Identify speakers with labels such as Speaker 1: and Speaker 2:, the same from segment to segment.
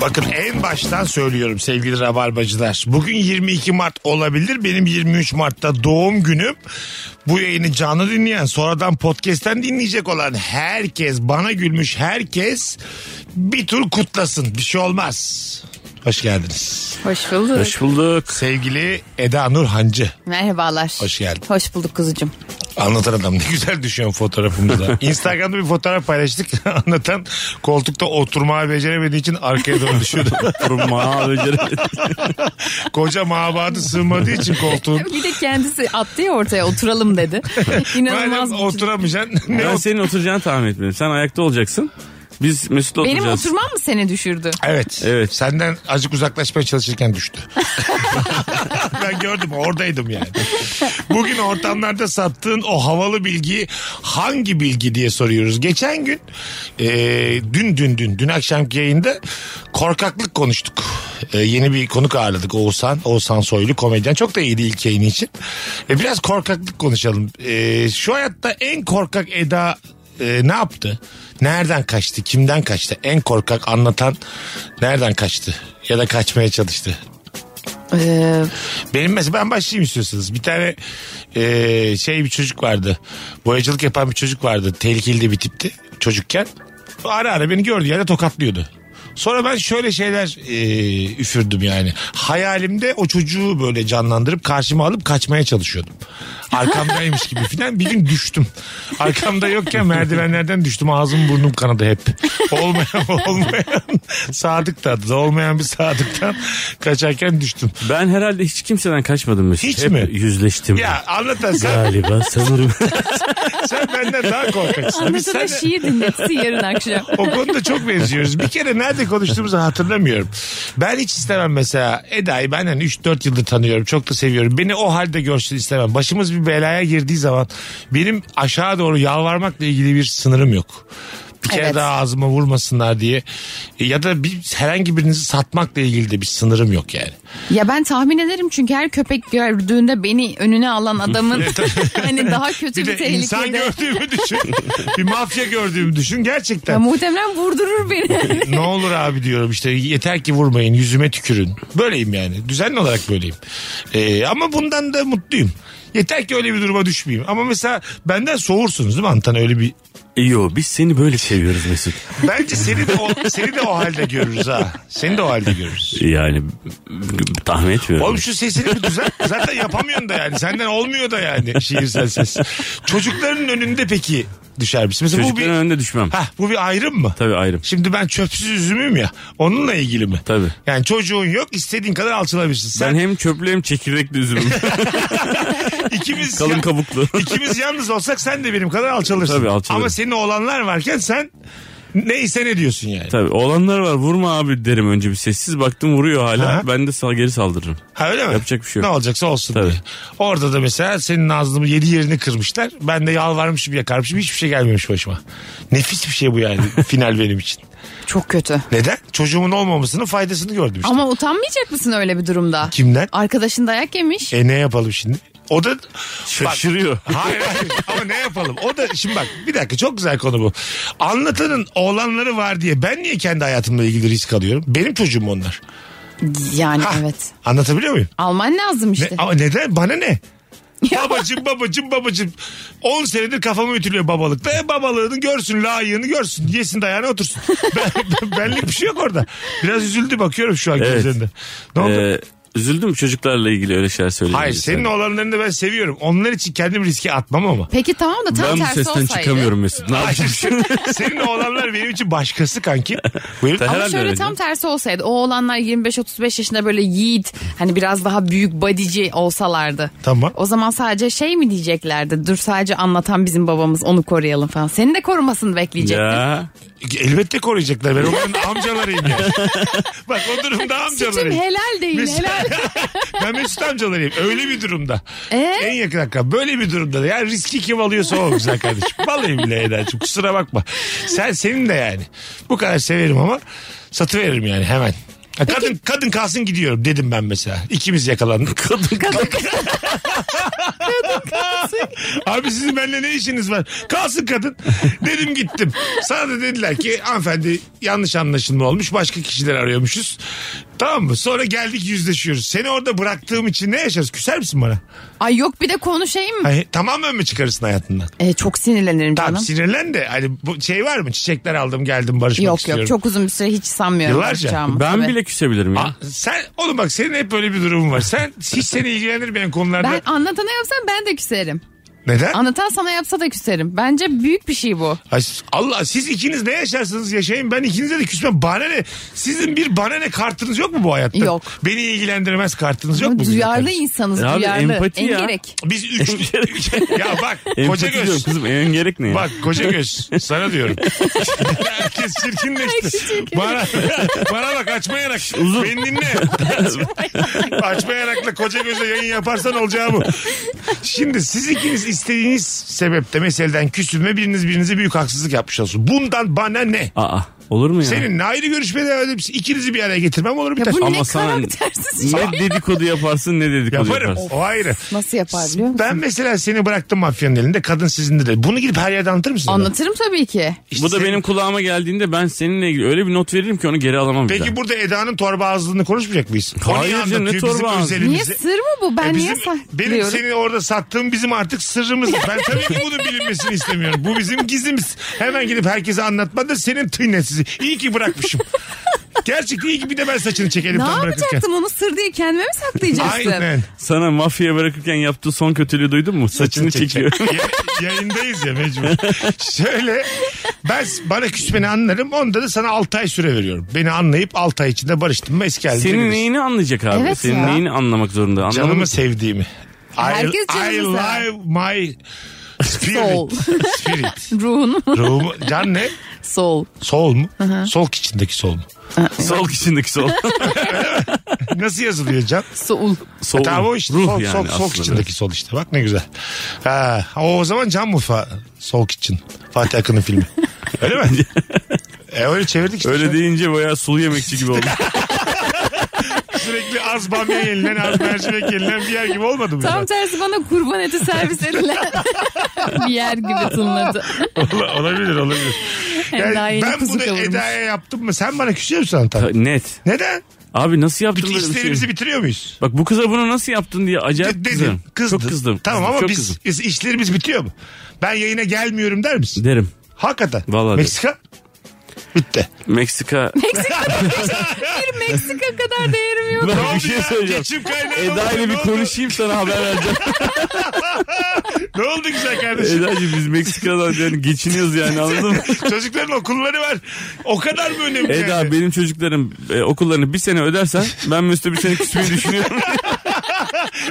Speaker 1: Bakın en baştan söylüyorum sevgili rabarbacılar. Bugün 22 Mart olabilir. Benim 23 Mart'ta doğum günüm. Bu yayını canlı dinleyen, sonradan podcast'ten dinleyecek olan herkes, bana gülmüş herkes bir tur kutlasın. Bir şey olmaz. Hoş geldiniz.
Speaker 2: Hoş bulduk.
Speaker 3: Hoş bulduk.
Speaker 1: Sevgili Eda Nur Hancı.
Speaker 2: Merhabalar.
Speaker 1: Hoş geldin.
Speaker 2: Hoş bulduk kuzucum.
Speaker 1: Anlatan adam ne güzel düşüyor fotoğrafımıza. Instagram'da bir fotoğraf paylaştık. Anlatan koltukta oturmayı beceremediği için arkaya doğru düşüyordu.
Speaker 3: Kurma
Speaker 1: Koca mabadı sığmadığı için koltuğun
Speaker 2: Bir de kendisi attı ya ortaya oturalım dedi. İnanılmaz.
Speaker 1: Madem
Speaker 2: bir
Speaker 1: oturamayacaksın ne
Speaker 3: Ben
Speaker 1: ot-
Speaker 3: senin oturacağını tahmin etmiyorum. Sen ayakta olacaksın. Biz Mesut'la
Speaker 2: Benim
Speaker 3: oturacağız.
Speaker 2: oturmam mı seni düşürdü?
Speaker 1: Evet.
Speaker 3: Evet.
Speaker 1: Senden azıcık uzaklaşmaya çalışırken düştü. ben gördüm oradaydım yani. Bugün ortamlarda sattığın o havalı bilgiyi hangi bilgi diye soruyoruz. Geçen gün e, dün dün dün dün akşamki yayında korkaklık konuştuk. E, yeni bir konuk ağırladık Oğuzhan. Oğuzhan Soylu komedyen. Çok da iyiydi ilk yayını için. E, biraz korkaklık konuşalım. E, şu hayatta en korkak Eda e, ne yaptı? Nereden kaçtı? Kimden kaçtı? En korkak anlatan nereden kaçtı? Ya da kaçmaya çalıştı.
Speaker 2: Ee,
Speaker 1: Benim mesela ben başlayayım istiyorsanız. Bir tane e, şey bir çocuk vardı. Boyacılık yapan bir çocuk vardı. Tehlikeli de bir tipti çocukken. Ara ara beni gördü yerde tokatlıyordu. Sonra ben şöyle şeyler e, üfürdüm yani. Hayalimde o çocuğu böyle canlandırıp karşıma alıp kaçmaya çalışıyordum. Arkamdaymış gibi filan. Bir gün düştüm. Arkamda yokken merdivenlerden düştüm. Ağzım burnum kanadı hep. Olmayan olmayan sadık tadı. Olmayan bir sadıktan kaçarken düştüm.
Speaker 3: Ben herhalde hiç kimseden kaçmadım Mesut.
Speaker 1: Hiç
Speaker 3: Hep
Speaker 1: mi?
Speaker 3: yüzleştim.
Speaker 1: Ya anlatan sen,
Speaker 3: Galiba sanırım.
Speaker 1: sen benden daha korkaksın. Biz
Speaker 2: Anlatana
Speaker 1: sen
Speaker 2: şiir dinletisi yarın akşam.
Speaker 1: o konuda çok benziyoruz. Bir kere nerede konuştuğumuzu hatırlamıyorum. Ben hiç istemem mesela Eda'yı benden 3-4 yıldır tanıyorum. Çok da seviyorum. Beni o halde görsün istemem. Başımız bir belaya girdiği zaman benim aşağı doğru yalvarmakla ilgili bir sınırım yok. Bir kere
Speaker 2: Evet.
Speaker 1: daha ağzıma vurmasınlar diye E, ya da bir, herhangi birinizi satmakla ilgili de bir sınırım yok yani.
Speaker 2: Ya ben tahmin ederim çünkü her köpek gördüğünde beni önüne alan adamın hani daha kötü
Speaker 1: Bir
Speaker 2: bir,
Speaker 1: de insan
Speaker 2: tehlikede.
Speaker 1: gördüğümü düşün. bir mafya gördüğümü düşün gerçekten.
Speaker 2: Ya muhtemelen vurdurur beni.
Speaker 1: ne olur abi diyorum işte yeter ki vurmayın yüzüme tükürün. Böyleyim yani düzenli olarak böyleyim. Ee, ama bundan da mutluyum. Yeter ki öyle bir duruma düşmeyeyim. Ama mesela benden soğursunuz değil mi Antan öyle bir...
Speaker 3: Yo biz seni böyle seviyoruz Mesut.
Speaker 1: Bence seni de o, seni de o halde görürüz ha. Seni de o halde görürüz.
Speaker 3: Yani tahmin etmiyorum.
Speaker 1: Oğlum şu sesini bir düzelt. Zaten yapamıyorsun da yani. Senden olmuyor da yani şiirsel ses. Çocukların önünde peki düşer misin? Mesela bu
Speaker 3: Çocukların
Speaker 1: bir,
Speaker 3: önünde düşmem.
Speaker 1: Hah, bu bir ayrım mı?
Speaker 3: Tabii ayrım.
Speaker 1: Şimdi ben çöpsüz üzümüm ya. Onunla ilgili mi?
Speaker 3: Tabii.
Speaker 1: Yani çocuğun yok istediğin kadar alçalabilirsin. Sen
Speaker 3: Ben hem çöplü hem çekirdekli üzümüm.
Speaker 1: ikimiz
Speaker 3: Kalın
Speaker 1: ya-
Speaker 3: kabuklu.
Speaker 1: ikimiz yalnız olsak sen de benim kadar alçalırsın.
Speaker 3: Tabii, alçalırım.
Speaker 1: Ama senin oğlanlar varken sen neyse ne diyorsun yani.
Speaker 3: Tabii olanlar var vurma abi derim önce bir sessiz baktım vuruyor hala
Speaker 1: Aha.
Speaker 3: ben de sağ geri saldırırım.
Speaker 1: Ha öyle mi?
Speaker 3: Yapacak bir şey yok.
Speaker 1: Ne olacaksa olsun
Speaker 3: Tabii.
Speaker 1: diye. Orada da mesela senin Nazlı'mı yedi yerini kırmışlar. Ben de yalvarmışım yakarmışım hiçbir şey gelmemiş başıma. Nefis bir şey bu yani final benim için.
Speaker 2: Çok kötü.
Speaker 1: Neden? Çocuğumun olmamasının faydasını gördüm işte.
Speaker 2: Ama utanmayacak mısın öyle bir durumda?
Speaker 1: Kimden?
Speaker 2: Arkadaşın dayak yemiş.
Speaker 1: E ne yapalım şimdi? O da
Speaker 3: Şaşırıyor.
Speaker 1: Bak, hayır hayır ama ne yapalım? O da şimdi bak bir dakika çok güzel konu bu. Anlatanın oğlanları var diye ben niye kendi hayatımla ilgili risk alıyorum? Benim çocuğum onlar.
Speaker 2: Yani
Speaker 1: Hah,
Speaker 2: evet.
Speaker 1: Anlatabiliyor muyum?
Speaker 2: Alman lazım
Speaker 1: Ne,
Speaker 2: işte.
Speaker 1: ama neden? Bana ne? babacım babacım babacım. 10 senedir kafamı ütülüyor babalıkta. E babalığını görsün layığını görsün. Yesin dayağına otursun. Ben, benlik bir şey yok orada. Biraz üzüldü bakıyorum şu an
Speaker 3: Evet.
Speaker 1: gözlerinde. Ne oldu?
Speaker 3: Ee, üzüldüm çocuklarla ilgili öyle şeyler söyleyince.
Speaker 1: Hayır senin oğlanlarını da ben seviyorum. Onlar için kendim riske atmam ama.
Speaker 2: Peki tamam da tam
Speaker 3: Ben bu
Speaker 2: tersi
Speaker 3: sesten
Speaker 2: olsaydı.
Speaker 3: çıkamıyorum Mesut. Ne yapayım şimdi?
Speaker 1: Senin oğlanlar benim için başkası kanki. Buyur.
Speaker 3: Tamam.
Speaker 2: Ama
Speaker 3: Herhalde
Speaker 2: şöyle
Speaker 3: öyle.
Speaker 2: tam tersi olsaydı o oğlanlar 25-35 yaşında böyle yiğit hani biraz daha büyük bodyci olsalardı.
Speaker 1: Tamam.
Speaker 2: O zaman sadece şey mi diyeceklerdi dur sadece anlatan bizim babamız onu koruyalım falan. Senin de korumasını bekleyecektim.
Speaker 3: ya.
Speaker 1: Elbette koruyacaklar. Ben onların amcalarıyım yani. Bak o durumda
Speaker 2: Sütüm
Speaker 1: amcalarıyım.
Speaker 2: helal değil
Speaker 1: Mesut-
Speaker 2: helal.
Speaker 1: ben Mesut amcalarıyım. Öyle bir durumda.
Speaker 2: Ee?
Speaker 1: En yakın dakika. Böyle bir durumda. da. Yani riski kim alıyorsa o güzel kardeşim. Vallahi bile Eda'cığım kusura bakma. Sen senin de yani. Bu kadar severim ama satıveririm yani hemen. Ya Kadın kadın kalsın gidiyorum dedim ben mesela. İkimiz yakalandık. Kadın kalsın. Abi sizin benimle ne işiniz var? Kalsın kadın. Dedim gittim. Sana da dediler ki hanımefendi yanlış anlaşılma olmuş. Başka kişiler arıyormuşuz. Tamam mı? Sonra geldik yüzleşiyoruz. Seni orada bıraktığım için ne yaşarız? Küser misin bana?
Speaker 2: Ay yok bir de konuşayım.
Speaker 1: Hani, tamamen mi çıkarırsın hayatından?
Speaker 2: E, çok sinirlenirim
Speaker 1: Tamam
Speaker 2: canım.
Speaker 1: sinirlen de hani bu şey var mı? Çiçekler aldım geldim barışmak
Speaker 2: Yok
Speaker 1: istiyorum.
Speaker 2: yok çok uzun bir süre hiç sanmıyorum.
Speaker 1: Yıllarca.
Speaker 2: barışacağımı.
Speaker 3: Ben
Speaker 2: Tabii.
Speaker 3: bile küsebilirim ya.
Speaker 1: Sen oğlum bak senin hep böyle bir durumun var. Sen hiç seni ilgilendirmeyen konularda
Speaker 2: Ben anlatana yapsam ben de küserim.
Speaker 1: neden?
Speaker 2: Anlatan sana yapsa da küserim. Bence büyük bir şey bu.
Speaker 1: Ay, Allah siz ikiniz ne yaşarsınız yaşayın ben ikinize de küsmem. Bana ne? Sizin bir bana ne kartınız yok mu bu hayatta?
Speaker 2: Yok.
Speaker 1: Beni ilgilendirmez kartınız yok mu? bizim
Speaker 2: duyarlı
Speaker 1: kartımız?
Speaker 2: insanız
Speaker 3: Ya E abi,
Speaker 2: duyarlı.
Speaker 3: empati ya.
Speaker 2: Engerek.
Speaker 1: Biz üç... ya bak koca
Speaker 3: Empati diyorum
Speaker 1: göz.
Speaker 3: kızım. En gerek ne ya?
Speaker 1: Bak koca göz sana diyorum. Herkes çirkinleşti. bana, bana bak açma yanak.
Speaker 3: Uzun.
Speaker 1: Beni dinle. açma yanakla koca göze yayın yaparsan olacağı bu. Şimdi siz ikiniz istediğiniz sebepte meseleden küsülme biriniz birinize büyük haksızlık yapmış olsun. Bundan bana ne?
Speaker 3: Aa olur mu ya?
Speaker 1: Seninle ayrı görüşmeye devam edip ikinizi bir araya getirmem olur bir
Speaker 2: Ya bu
Speaker 3: Ama
Speaker 2: ne
Speaker 3: sana
Speaker 2: karaktersiz şey.
Speaker 3: ne dedikodu yaparsın ne dedikodu
Speaker 1: Yaparım.
Speaker 3: yaparsın.
Speaker 1: O ayrı.
Speaker 2: Nasıl yapar biliyor musun?
Speaker 1: Ben mesela seni bıraktım mafyanın elinde kadın sizin de. Bunu gidip her yerde anlatır mısın?
Speaker 2: Anlatırım tabii ki.
Speaker 1: İşte
Speaker 3: Bu da
Speaker 1: senin-
Speaker 3: benim kulağıma geldiğinde ben seninle ilgili öyle bir not veririm ki onu geri alamam. bir daha.
Speaker 1: Peki burada Eda'nın torba ağızlığını konuşmayacak mıyız? O
Speaker 3: Hayır
Speaker 1: niye
Speaker 3: canım, ne
Speaker 1: anlatıyor bizim
Speaker 3: torba ağzı?
Speaker 1: özelimizi?
Speaker 2: Niye sır mı bu? Ben
Speaker 1: E
Speaker 2: niye
Speaker 1: bizim- benim
Speaker 2: saklıyorum?
Speaker 1: seni orada sattığım bizim artık sırrımız. Ben tabii ki bunun bilinmesini istemiyorum. Bu bizim gizimiz. Hemen gidip herkese anlatma da senin tıynesizi. İyi ki bırakmışım. Gerçekten iyi ki bir de ben saçını çekelim
Speaker 2: Ne
Speaker 1: tam bırakırken.
Speaker 2: yapacaktım onu sır diye kendime mi saklayacaktım?
Speaker 1: Aynen.
Speaker 3: Sana mafya bırakırken yaptığı son kötülüğü duydun mu? Saçını çekiyor.
Speaker 1: Ya- yayındayız ya mecbur. Şöyle ben bana küsmeni anlarım. Onda da sana 6 ay süre veriyorum. Beni anlayıp 6 ay içinde barıştın mı eski haline
Speaker 3: Senin
Speaker 1: döneriz.
Speaker 3: neyini anlayacak abi?
Speaker 2: Evet
Speaker 3: Senin
Speaker 2: ya.
Speaker 3: neyini anlamak zorunda? Anladın
Speaker 1: Canımı
Speaker 3: mı?
Speaker 1: sevdiğimi. I,
Speaker 2: Herkes canını
Speaker 1: I
Speaker 2: sever.
Speaker 1: love my
Speaker 2: Soul.
Speaker 1: spirit. spirit.
Speaker 2: Ruhun
Speaker 1: Ruhumu, can ne?
Speaker 2: sol.
Speaker 1: Sol mu? Sol içindeki sol mu?
Speaker 3: Sol içindeki sol.
Speaker 1: Nasıl yazılıyor can?
Speaker 2: Sol.
Speaker 3: sol.
Speaker 1: E, Tamam o işte.
Speaker 3: Ruh
Speaker 1: sol,
Speaker 3: yani
Speaker 1: sol, sol
Speaker 3: aslında.
Speaker 1: içindeki sol işte. Bak ne güzel. Ha, o zaman can mı fa, sol için? Fatih Akın'ın filmi. Öyle mi? e öyle çevirdik işte.
Speaker 3: Öyle deyince bayağı sulu yemekçi gibi oldu.
Speaker 1: Sürekli az bamya yenilen, az mercimek yenilen bir yer gibi olmadı mı?
Speaker 2: Tam tersi bana kurban eti servis edilen bir yer gibi tınladı.
Speaker 1: Ola- olabilir olabilir.
Speaker 2: Hem daha yeni
Speaker 1: ben
Speaker 2: kuzu
Speaker 1: bunu
Speaker 2: kavurmuş.
Speaker 1: Eda'ya yaptım mı? Sen bana küsüyor musun Antal?
Speaker 3: Net.
Speaker 1: Neden?
Speaker 3: Abi nasıl yaptın
Speaker 1: Bütün
Speaker 3: böyle bir
Speaker 1: işlerimizi
Speaker 3: şey?
Speaker 1: bitiriyor muyuz?
Speaker 3: Bak bu kıza bunu nasıl yaptın diye acayip
Speaker 1: Dedim.
Speaker 3: kızdım.
Speaker 1: Kızdın.
Speaker 3: Çok kızdım.
Speaker 1: Tamam
Speaker 3: Kızdım,
Speaker 1: ama
Speaker 3: çok
Speaker 1: biz,
Speaker 3: kızdım.
Speaker 1: biz- işlerimiz bitiyor mu? Ben yayına gelmiyorum der misin?
Speaker 3: Derim.
Speaker 1: Hakikaten.
Speaker 3: Vallahi
Speaker 1: Meksika? Bitti.
Speaker 3: Meksika.
Speaker 2: Meksika kadar değerim yok.
Speaker 3: Ben bir şey söyleyeceğim.
Speaker 1: Geçim kaynağı
Speaker 3: Eda
Speaker 1: oldu,
Speaker 3: ile
Speaker 1: ne
Speaker 3: bir
Speaker 1: oldu?
Speaker 3: konuşayım sana haber vereceğim.
Speaker 1: Ne oldu güzel kardeşim?
Speaker 3: Eda'cığım biz Meksika'dan yani geçiniyoruz yani anladın mı?
Speaker 1: Çocukların okulları var. O kadar mı önemli? yani?
Speaker 3: Eda benim çocuklarım e, okullarını bir sene ödersen ben Mesut'a bir sene küsmeyi düşünüyorum.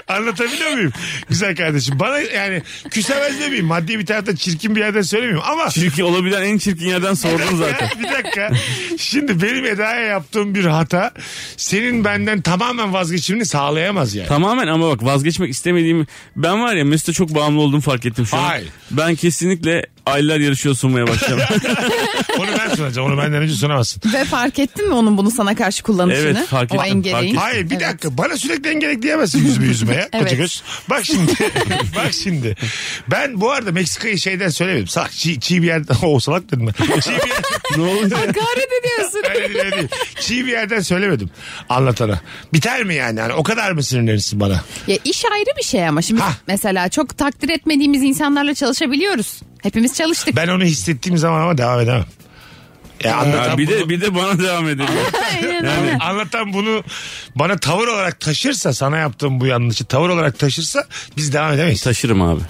Speaker 1: Anlatabiliyor muyum? Güzel kardeşim. Bana yani küsemez demeyeyim. Maddi bir tarafta çirkin bir yerden söylemiyorum ama
Speaker 3: çirkin olabilen en çirkin yerden sordun zaten.
Speaker 1: bir dakika. Şimdi benim Eda'ya yaptığım bir hata senin benden tamamen vazgeçimini sağlayamaz yani.
Speaker 3: Tamamen ama bak vazgeçmek istemediğimi ben var ya Mesut'a çok bağımlı olduğumu fark ettim şu an.
Speaker 1: Hayır.
Speaker 3: Ben kesinlikle aylar yarışıyor sunmaya başladım.
Speaker 1: Onu ben sunacağım. Onu benden önce sunamazsın.
Speaker 2: Ve fark ettin mi onun bunu sana karşı kullanışını?
Speaker 3: Evet, fark
Speaker 2: O
Speaker 3: ettim,
Speaker 2: engereği.
Speaker 3: fark
Speaker 1: Hayır bir
Speaker 2: Evet.
Speaker 1: dakika bana sürekli engelek diyemezsin yüzüme yüzüme ya koca
Speaker 2: Evet.
Speaker 1: göz. Bak şimdi bak şimdi ben bu arada Meksika'yı şeyden söylemedim. Sa çiğ, çiğ bir yerden o salak dedim ben. Çiğ bir, yer-
Speaker 3: ne oldu?
Speaker 2: Hakaret ediyorsun.
Speaker 1: öyle değil, öyle değil. çiğ bir yerden söylemedim anlatana. Biter mi yani? yani o kadar mı sinirlenirsin bana?
Speaker 2: Ya iş ayrı bir şey ama şimdi
Speaker 1: Hah.
Speaker 2: mesela çok takdir etmediğimiz insanlarla çalışabiliyoruz. Hepimiz çalıştık.
Speaker 1: Ben onu hissettiğim zaman ama devam edemem. Ya anlatan,
Speaker 3: Ha, bir
Speaker 1: bunu,
Speaker 3: de bir de bana devam edelim.
Speaker 2: Aynen öyle.
Speaker 1: yani anlatan bunu bana tavır olarak taşırsa sana yaptığım bu yanlışı tavır olarak taşırsa biz devam edemeyiz.
Speaker 3: Taşırım abi.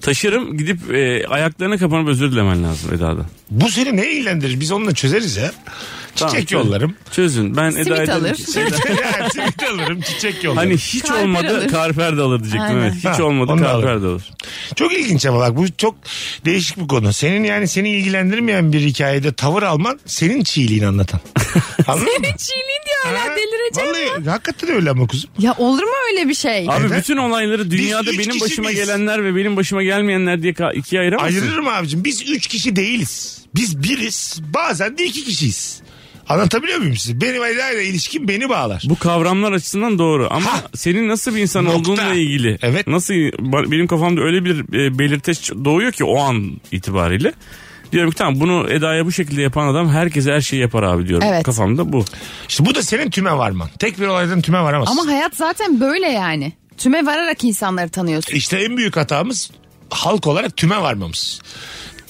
Speaker 3: Taşırım gidip e, ayaklarına kapanıp özür dilemen lazım Eda'dan.
Speaker 1: bu seni ne ilgilendirir? Biz onunla çözeriz ya.
Speaker 3: Tamam,
Speaker 1: Çiçek
Speaker 3: çözün.
Speaker 1: yollarım.
Speaker 3: Çözün. Ben
Speaker 2: Simit
Speaker 3: Eda'ya dedim
Speaker 2: alır.
Speaker 3: ki-
Speaker 1: Yani simit alırım çiçek yollarım.
Speaker 3: Hani hiç
Speaker 2: Karper
Speaker 3: olmadı
Speaker 2: alır.
Speaker 3: karper de alır diyecektim
Speaker 2: Aynen.
Speaker 3: evet. Hiç
Speaker 1: Ha,
Speaker 3: olmadı
Speaker 1: onu da
Speaker 3: karper
Speaker 1: alır.
Speaker 3: de alır.
Speaker 1: Çok ilginç ama bak bu çok değişik bir konu. Senin yani seni ilgilendirmeyen bir hikayede tavır alman senin çiğliğini anlatan. Anladın mı?
Speaker 2: Senin çiğliğin diye hala
Speaker 1: Ha,
Speaker 2: delireceğim.
Speaker 1: Vallahi hakikaten öyle ama kuzum.
Speaker 2: Ya olur mu öyle bir şey?
Speaker 3: Abi
Speaker 1: Neden?
Speaker 3: bütün olayları dünyada
Speaker 1: üç
Speaker 3: benim
Speaker 1: kişi
Speaker 3: başıma
Speaker 1: miyiz?
Speaker 3: gelenler ve benim başıma gelmeyenler diye ka- ikiye ayıramazsın.
Speaker 1: Ayırırım abicim. Biz üç kişi değiliz. Biz biriz. Bazen de iki kişiyiz. Anlatabiliyor muyum size? Benim Eda ile ilişkim beni bağlar.
Speaker 3: Bu kavramlar açısından doğru ama
Speaker 1: Ha.
Speaker 3: senin nasıl bir insan
Speaker 1: Nokta.
Speaker 3: olduğunla ilgili.
Speaker 1: Evet.
Speaker 3: Nasıl ba- benim kafamda öyle bir e, belirteç doğuyor ki o an itibariyle. Diyorum ki tamam bunu Eda'ya bu şekilde yapan adam herkese her şeyi yapar abi diyorum.
Speaker 2: Evet.
Speaker 3: Kafamda bu.
Speaker 1: İşte bu da senin tüme varman. Tek bir olaydan tüme varamazsın.
Speaker 2: Ama hayat zaten böyle yani. Tüme vararak insanları tanıyorsun.
Speaker 1: İşte en büyük hatamız halk olarak tüme varmamız.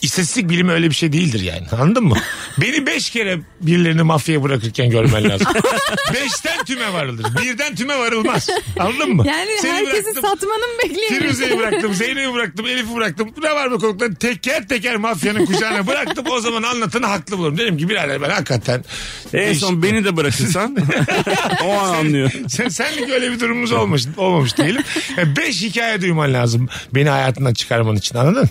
Speaker 1: İstatistik bilimi öyle bir şey değildir yani. Anladın mı? Beni beş kere birilerini mafyaya bırakırken görmen lazım. Beşten tüme varılır. Birden tüme varılmaz. Anladın mı?
Speaker 2: Yani
Speaker 1: Seni
Speaker 2: herkesi
Speaker 1: bıraktım,
Speaker 2: satmanın
Speaker 1: Firuze'yi
Speaker 2: bekleyebiliriz.
Speaker 1: bıraktım, Zeynep'i bıraktım, Elif'i bıraktım. Ne var mı konukları? Teker teker mafyanın kucağına bıraktım. O zaman anlatanı haklı bulurum. Dedim ki birader ben hakikaten... E
Speaker 3: En son beni de bırakırsan o an anlıyor.
Speaker 1: Sen, senlik öyle bir durumumuz olmuş, olmamış diyelim. Yani beş hikaye duyman lazım beni hayatından çıkarman için anladın?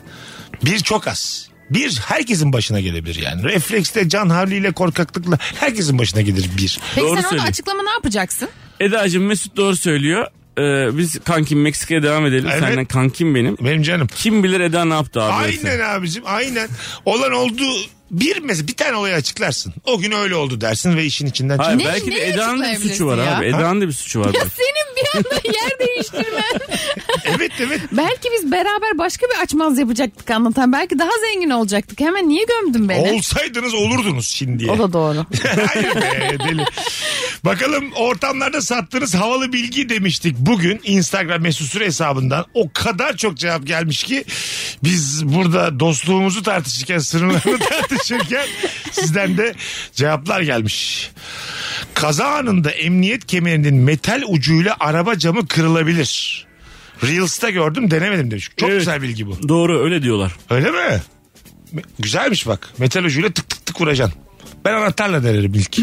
Speaker 1: Bir çok az. Bir herkesin başına gelebilir yani. Refleksle, can havliyle, korkaklıkla herkesin başına gelir bir.
Speaker 2: Peki
Speaker 3: Doğru
Speaker 2: sen orada
Speaker 3: söylüyor.
Speaker 2: açıklama ne yapacaksın?
Speaker 3: Eda'cığım Mesut doğru söylüyor. Ee, biz kankim Meksika'ya devam edelim.
Speaker 1: Evet.
Speaker 3: Senden kankim benim.
Speaker 1: Benim canım.
Speaker 3: Kim bilir Eda ne yaptı abi?
Speaker 1: Aynen abicim aynen. Olan olduğu bir mesela bir tane olayı açıklarsın. O gün öyle oldu dersin ve işin içinden
Speaker 3: Hayır,
Speaker 2: Ne-
Speaker 1: çıkar.
Speaker 3: belki de
Speaker 2: neyi
Speaker 3: Eda'nın da bir suçu var
Speaker 2: açıklayabilirsin ya?
Speaker 3: abi. Eda'nın da bir suçu var. belki.
Speaker 2: Senin bir anda yer değiştirmen.
Speaker 1: Evet evet.
Speaker 2: Belki biz beraber başka bir açmaz yapacaktık anlatan. Belki daha zengin olacaktık. Hemen niye gömdün beni?
Speaker 1: Olsaydınız olurdunuz şimdiye.
Speaker 2: O da doğru.
Speaker 1: Hayır be deli. Bakalım ortamlarda sattığınız havalı bilgi demiştik. Bugün Instagram mesut süre hesabından o kadar çok cevap gelmiş ki biz burada dostluğumuzu tartışırken sınırlarını tartışırken sizden de cevaplar gelmiş. Kaza anında emniyet kemerinin metal ucuyla araba camı kırılabilir. Reels'ta gördüm denemedim demiş. Çok
Speaker 3: Evet.
Speaker 1: güzel bilgi bu.
Speaker 3: Doğru öyle diyorlar.
Speaker 1: Öyle mi? Me- Güzelmiş bak. Metal ucuyla tık tık tık vuracaksın. Ben anahtarla denerim ilk.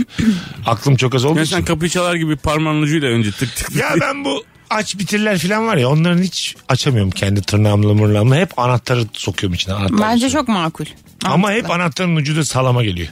Speaker 1: Aklım çok az olduğu
Speaker 3: Yani sen
Speaker 1: için.
Speaker 3: kapıyı çalar gibi parmağın ucuyla önce tık tık tık.
Speaker 1: Ya ben bu aç bitirler falan var ya onların hiç açamıyorum kendi tırnağımla mırnağımla. Hep anahtarı sokuyorum içine. Anahtarı
Speaker 2: Bence
Speaker 1: sokuyorum.
Speaker 2: çok makul.
Speaker 1: Ama hep anahtarın ucu da salama geliyor.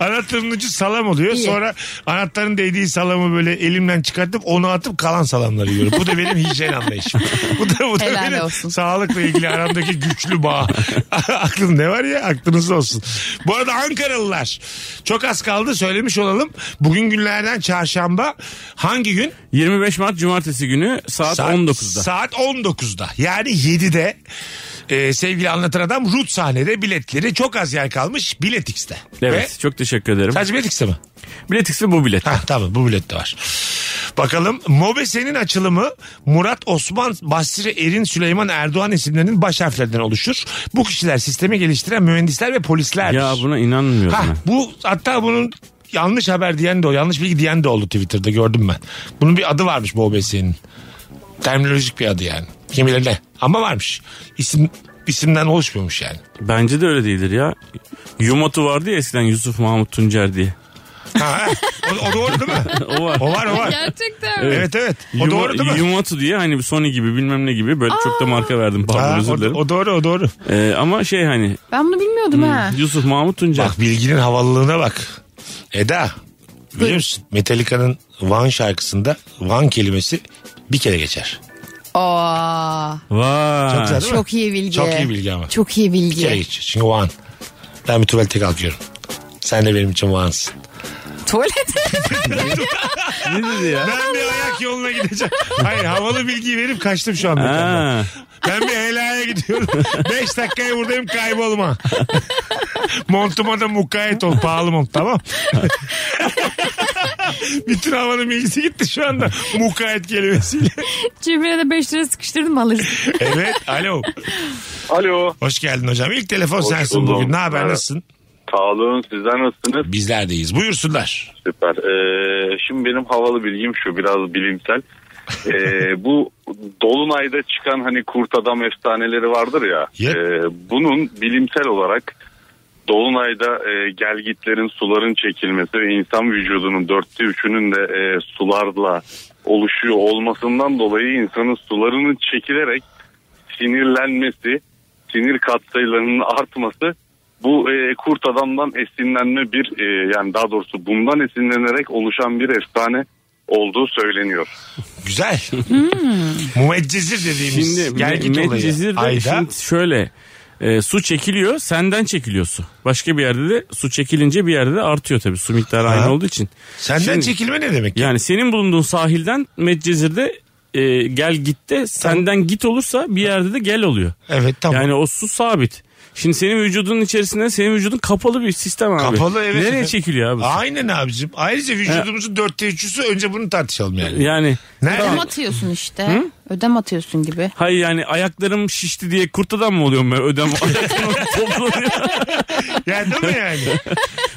Speaker 1: anahtarın ucu salam oluyor.
Speaker 2: İyi.
Speaker 1: Sonra anahtarın değdiği salamı böyle elimden çıkartıp onu atıp kalan salamları yiyorum. Bu da benim hijyen anlayışım. Bu da, bu da
Speaker 2: Helal
Speaker 1: benim
Speaker 2: olsun.
Speaker 1: sağlıkla ilgili aramdaki güçlü bağ. Aklım ne var ya aklınızda olsun. Bu arada Ankaralılar çok az kaldı söylemiş olalım. Bugün günlerden çarşamba hangi gün?
Speaker 3: 25 Mart Cumartesi günü saat, 19'da.
Speaker 1: Saat 19'da. Yani 7'de e, sevgili anlatan adam Rut sahnede biletleri çok az yer kalmış Bilet X'te.
Speaker 3: evet çok teşekkür ederim.
Speaker 1: Ve, sadece Bilet X'te mi?
Speaker 3: Bilet X ve bu bilet.
Speaker 1: Hah, tamam bu bilet de var. Bakalım Mobese'nin açılımı Murat Osman, Basri Erin, Süleyman Erdoğan isimlerinin baş harflerinden oluşur. Bu kişiler sistemi geliştiren mühendisler ve polislerdir.
Speaker 3: Ya buna inanmıyorum
Speaker 1: Ha,
Speaker 3: ben.
Speaker 1: bu hatta bunun yanlış haber diyen de o yanlış bilgi diyen de oldu Twitter'da gördüm ben. Bunun bir adı varmış bu OBS'nin. Terminolojik bir adı yani. Kim bilir ne. Ama varmış. İsim isimden oluşmuyormuş yani.
Speaker 3: Bence de öyle değildir ya. Yumat'ı vardı ya eskiden Yusuf Mahmut Tuncer diye.
Speaker 1: Ha, o, o doğru değil mi?
Speaker 3: O var.
Speaker 1: O var o var.
Speaker 2: Gerçekten.
Speaker 1: Evet evet. O
Speaker 3: Yuma-
Speaker 1: doğru değil mi?
Speaker 3: Yumatu diye hani Sony gibi bilmem ne gibi böyle çok da marka verdim.
Speaker 1: Ha,
Speaker 3: Pardon özür
Speaker 1: o,
Speaker 3: dilerim.
Speaker 1: o doğru o doğru.
Speaker 3: Ee, ama şey hani
Speaker 2: Ben bunu bilmiyordum ha.
Speaker 1: Hmm.
Speaker 3: Yusuf Mahmut Tuncer.
Speaker 1: Bak bilginin havalılığına bak. Eda biliyor musun? Metallica'nın One şarkısında One kelimesi bir kere geçer.
Speaker 2: Aa,
Speaker 3: Vay.
Speaker 1: Çok güzel değil mi?
Speaker 2: çok iyi bilgi.
Speaker 1: Çok iyi bilgi ama.
Speaker 2: Çok iyi
Speaker 1: Bir kere
Speaker 2: bilgi.
Speaker 1: geç. Çünkü o an. Ben bir tuvalete kalkıyorum. Sen de benim için o ansın.
Speaker 2: Tuvalet.
Speaker 3: Ne dedi ya?
Speaker 1: Ben bir ayak yoluna gideceğim. Hayır havalı bilgiyi verip kaçtım şu an. mekandan.
Speaker 3: Ha.
Speaker 1: Ben bir helaya gidiyorum. Beş dakikaya buradayım kaybolma. Montuma da mukayyet ol. Pahalı mont tamam. Bütün havanın bilgisi gitti şu anda. Mukayyet kelimesiyle.
Speaker 2: Cebine de 5 lira sıkıştırdım alırsın.
Speaker 1: Evet alo.
Speaker 4: Alo.
Speaker 1: Hoş geldin hocam. İlk telefon
Speaker 4: Hoş
Speaker 1: sensin
Speaker 4: buldum.
Speaker 1: bugün. Ne haber
Speaker 4: Merhaba.
Speaker 1: nasılsın?
Speaker 4: Sağ olun. Sizler nasılsınız?
Speaker 1: Bizler deyiz. Buyursunlar.
Speaker 4: Süper. Ee, şimdi benim havalı bilgim şu. Biraz bilimsel. Ee, bu Dolunay'da çıkan hani kurt adam efsaneleri vardır ya.
Speaker 1: Yep.
Speaker 4: ee, bunun bilimsel olarak Dolunay'da e, gelgitlerin suların çekilmesi ve insan vücudunun dörtte üçünün de e, sularla oluşuyor olmasından dolayı insanın sularının çekilerek sinirlenmesi, sinir katsayılarının artması bu e, kurt adamdan esinlenme bir e, yani daha doğrusu bundan esinlenerek oluşan bir efsane olduğu söyleniyor.
Speaker 1: Güzel. Mümeccizir dediğimiz
Speaker 3: Şimdi
Speaker 1: gelgit
Speaker 3: Me-
Speaker 1: olayı.
Speaker 3: Medcezir de
Speaker 1: Ayda.
Speaker 3: şimdi şöyle E, su çekiliyor senden çekiliyor su. Başka bir yerde de su çekilince bir yerde de artıyor tabii su miktarı aynı olduğu için.
Speaker 1: Senden
Speaker 3: Şimdi-
Speaker 1: çekilme ne demek?
Speaker 3: Yani senin bulunduğun sahilden Medcezir'de e, gel git de senden git olursa bir yerde de gel oluyor.
Speaker 1: Evet tamam.
Speaker 3: Yani o su sabit. Şimdi senin vücudunun içerisinde senin vücudun kapalı bir sistem abi.
Speaker 1: Kapalı evet.
Speaker 3: Nereye
Speaker 1: efendim.
Speaker 3: çekiliyor abi?
Speaker 1: Aynen abicim. Ayrıca vücudumuzun dörtte üçüsü önce bunu tartışalım yani.
Speaker 3: Yani
Speaker 1: Nerede?
Speaker 2: Ödem atıyorsun işte. Ödem atıyorsun gibi.
Speaker 3: hayır yani ayaklarım şişti diye kurt adam mı oluyorum ben ödem ayaklarım toplanıyor.
Speaker 1: Yani değil mi yani?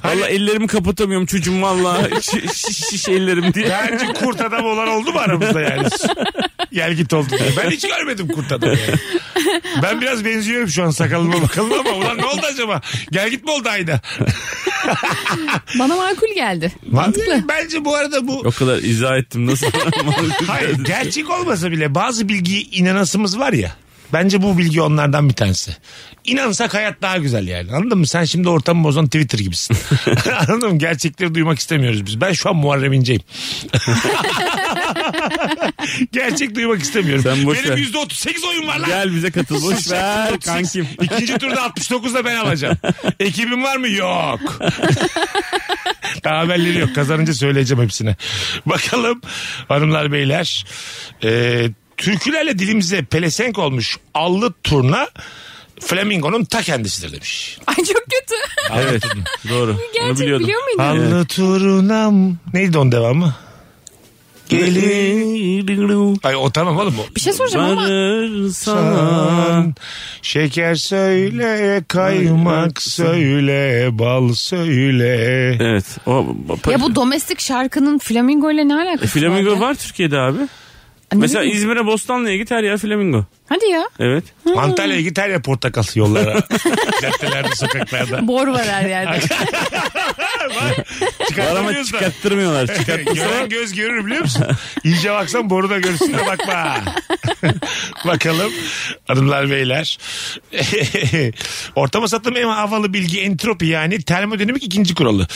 Speaker 3: Valla ellerimi kapatamıyorum çocuğum valla şiş, şiş, şiş ellerim diye.
Speaker 1: Daha önce kurt adam olan oldu mu aramızda yani? Gel git oldu diye. Ben hiç görmedim kurt adam yani. Ben biraz benziyorum şu an sakalıma bakalım ama ulan ne oldu acaba? Gel git mi oldu ayda?
Speaker 2: Bana makul geldi.
Speaker 1: Mantıklı. Bence bu arada bu
Speaker 3: O kadar izah ettim nasıl?
Speaker 1: Hayır gerçek olmasa bile bazı bilgiye inanasımız var ya. Bence bu bilgi onlardan bir tanesi. İnansak hayat daha güzel yani. Anladın mı? Sen şimdi ortamı bozan Twitter gibisin. Anladın mı? Gerçekleri duymak istemiyoruz biz. Ben şu an Muharrem İnce'yim. Gerçek duymak istemiyorum.
Speaker 3: Sen boş
Speaker 1: Benim
Speaker 3: ver.
Speaker 1: yüzde otuz sekiz oyun var lan.
Speaker 3: Gel bize katıl boş ver kankim.
Speaker 1: İkinci turda 69'da ben alacağım. Ekibim var mı? Yok. Daha haberleri yok. Kazanınca söyleyeceğim hepsine. Bakalım hanımlar beyler. Ee, türkülerle dilimize pelesenk olmuş allı turna Flamingo'nun ta kendisidir demiş.
Speaker 2: Ay çok kötü.
Speaker 3: Evet doğru. Bunu
Speaker 2: Gerçek
Speaker 3: biliyordum.
Speaker 2: biliyor muydun?
Speaker 1: Allı turnam. Neydi onun devamı? Ay o tamam oğlum o.
Speaker 2: Bir şey soracağım ama
Speaker 3: Varırsan
Speaker 1: Şeker söyle, kaymak söyle, bal söyle.
Speaker 3: Evet. O,
Speaker 2: ya bu domestik şarkının flamingo ile ne alakası
Speaker 3: E, flamingo
Speaker 2: ya?
Speaker 3: var Türkiye'de abi.
Speaker 2: Ay, ne
Speaker 3: Mesela
Speaker 2: bileyim.
Speaker 3: İzmir'e Bostanlı'ya git her yer flamingo.
Speaker 2: Hadi ya.
Speaker 3: Evet.
Speaker 1: Antalya'ya git her yer portakal yollara. Caddelerde, sokaklarda.
Speaker 2: Bor var her yerde.
Speaker 3: Var ama
Speaker 1: Çıkartamıyoruz da.
Speaker 3: çıkarttırmıyorlar. Çıkart
Speaker 1: Gören göz görür biliyor musun? İyice baksan boru da görürsün de bakma. Bakalım hanımlar beyler. Ortama sattığım en havalı bilgi entropi yani termodinamik ikinci kuralı.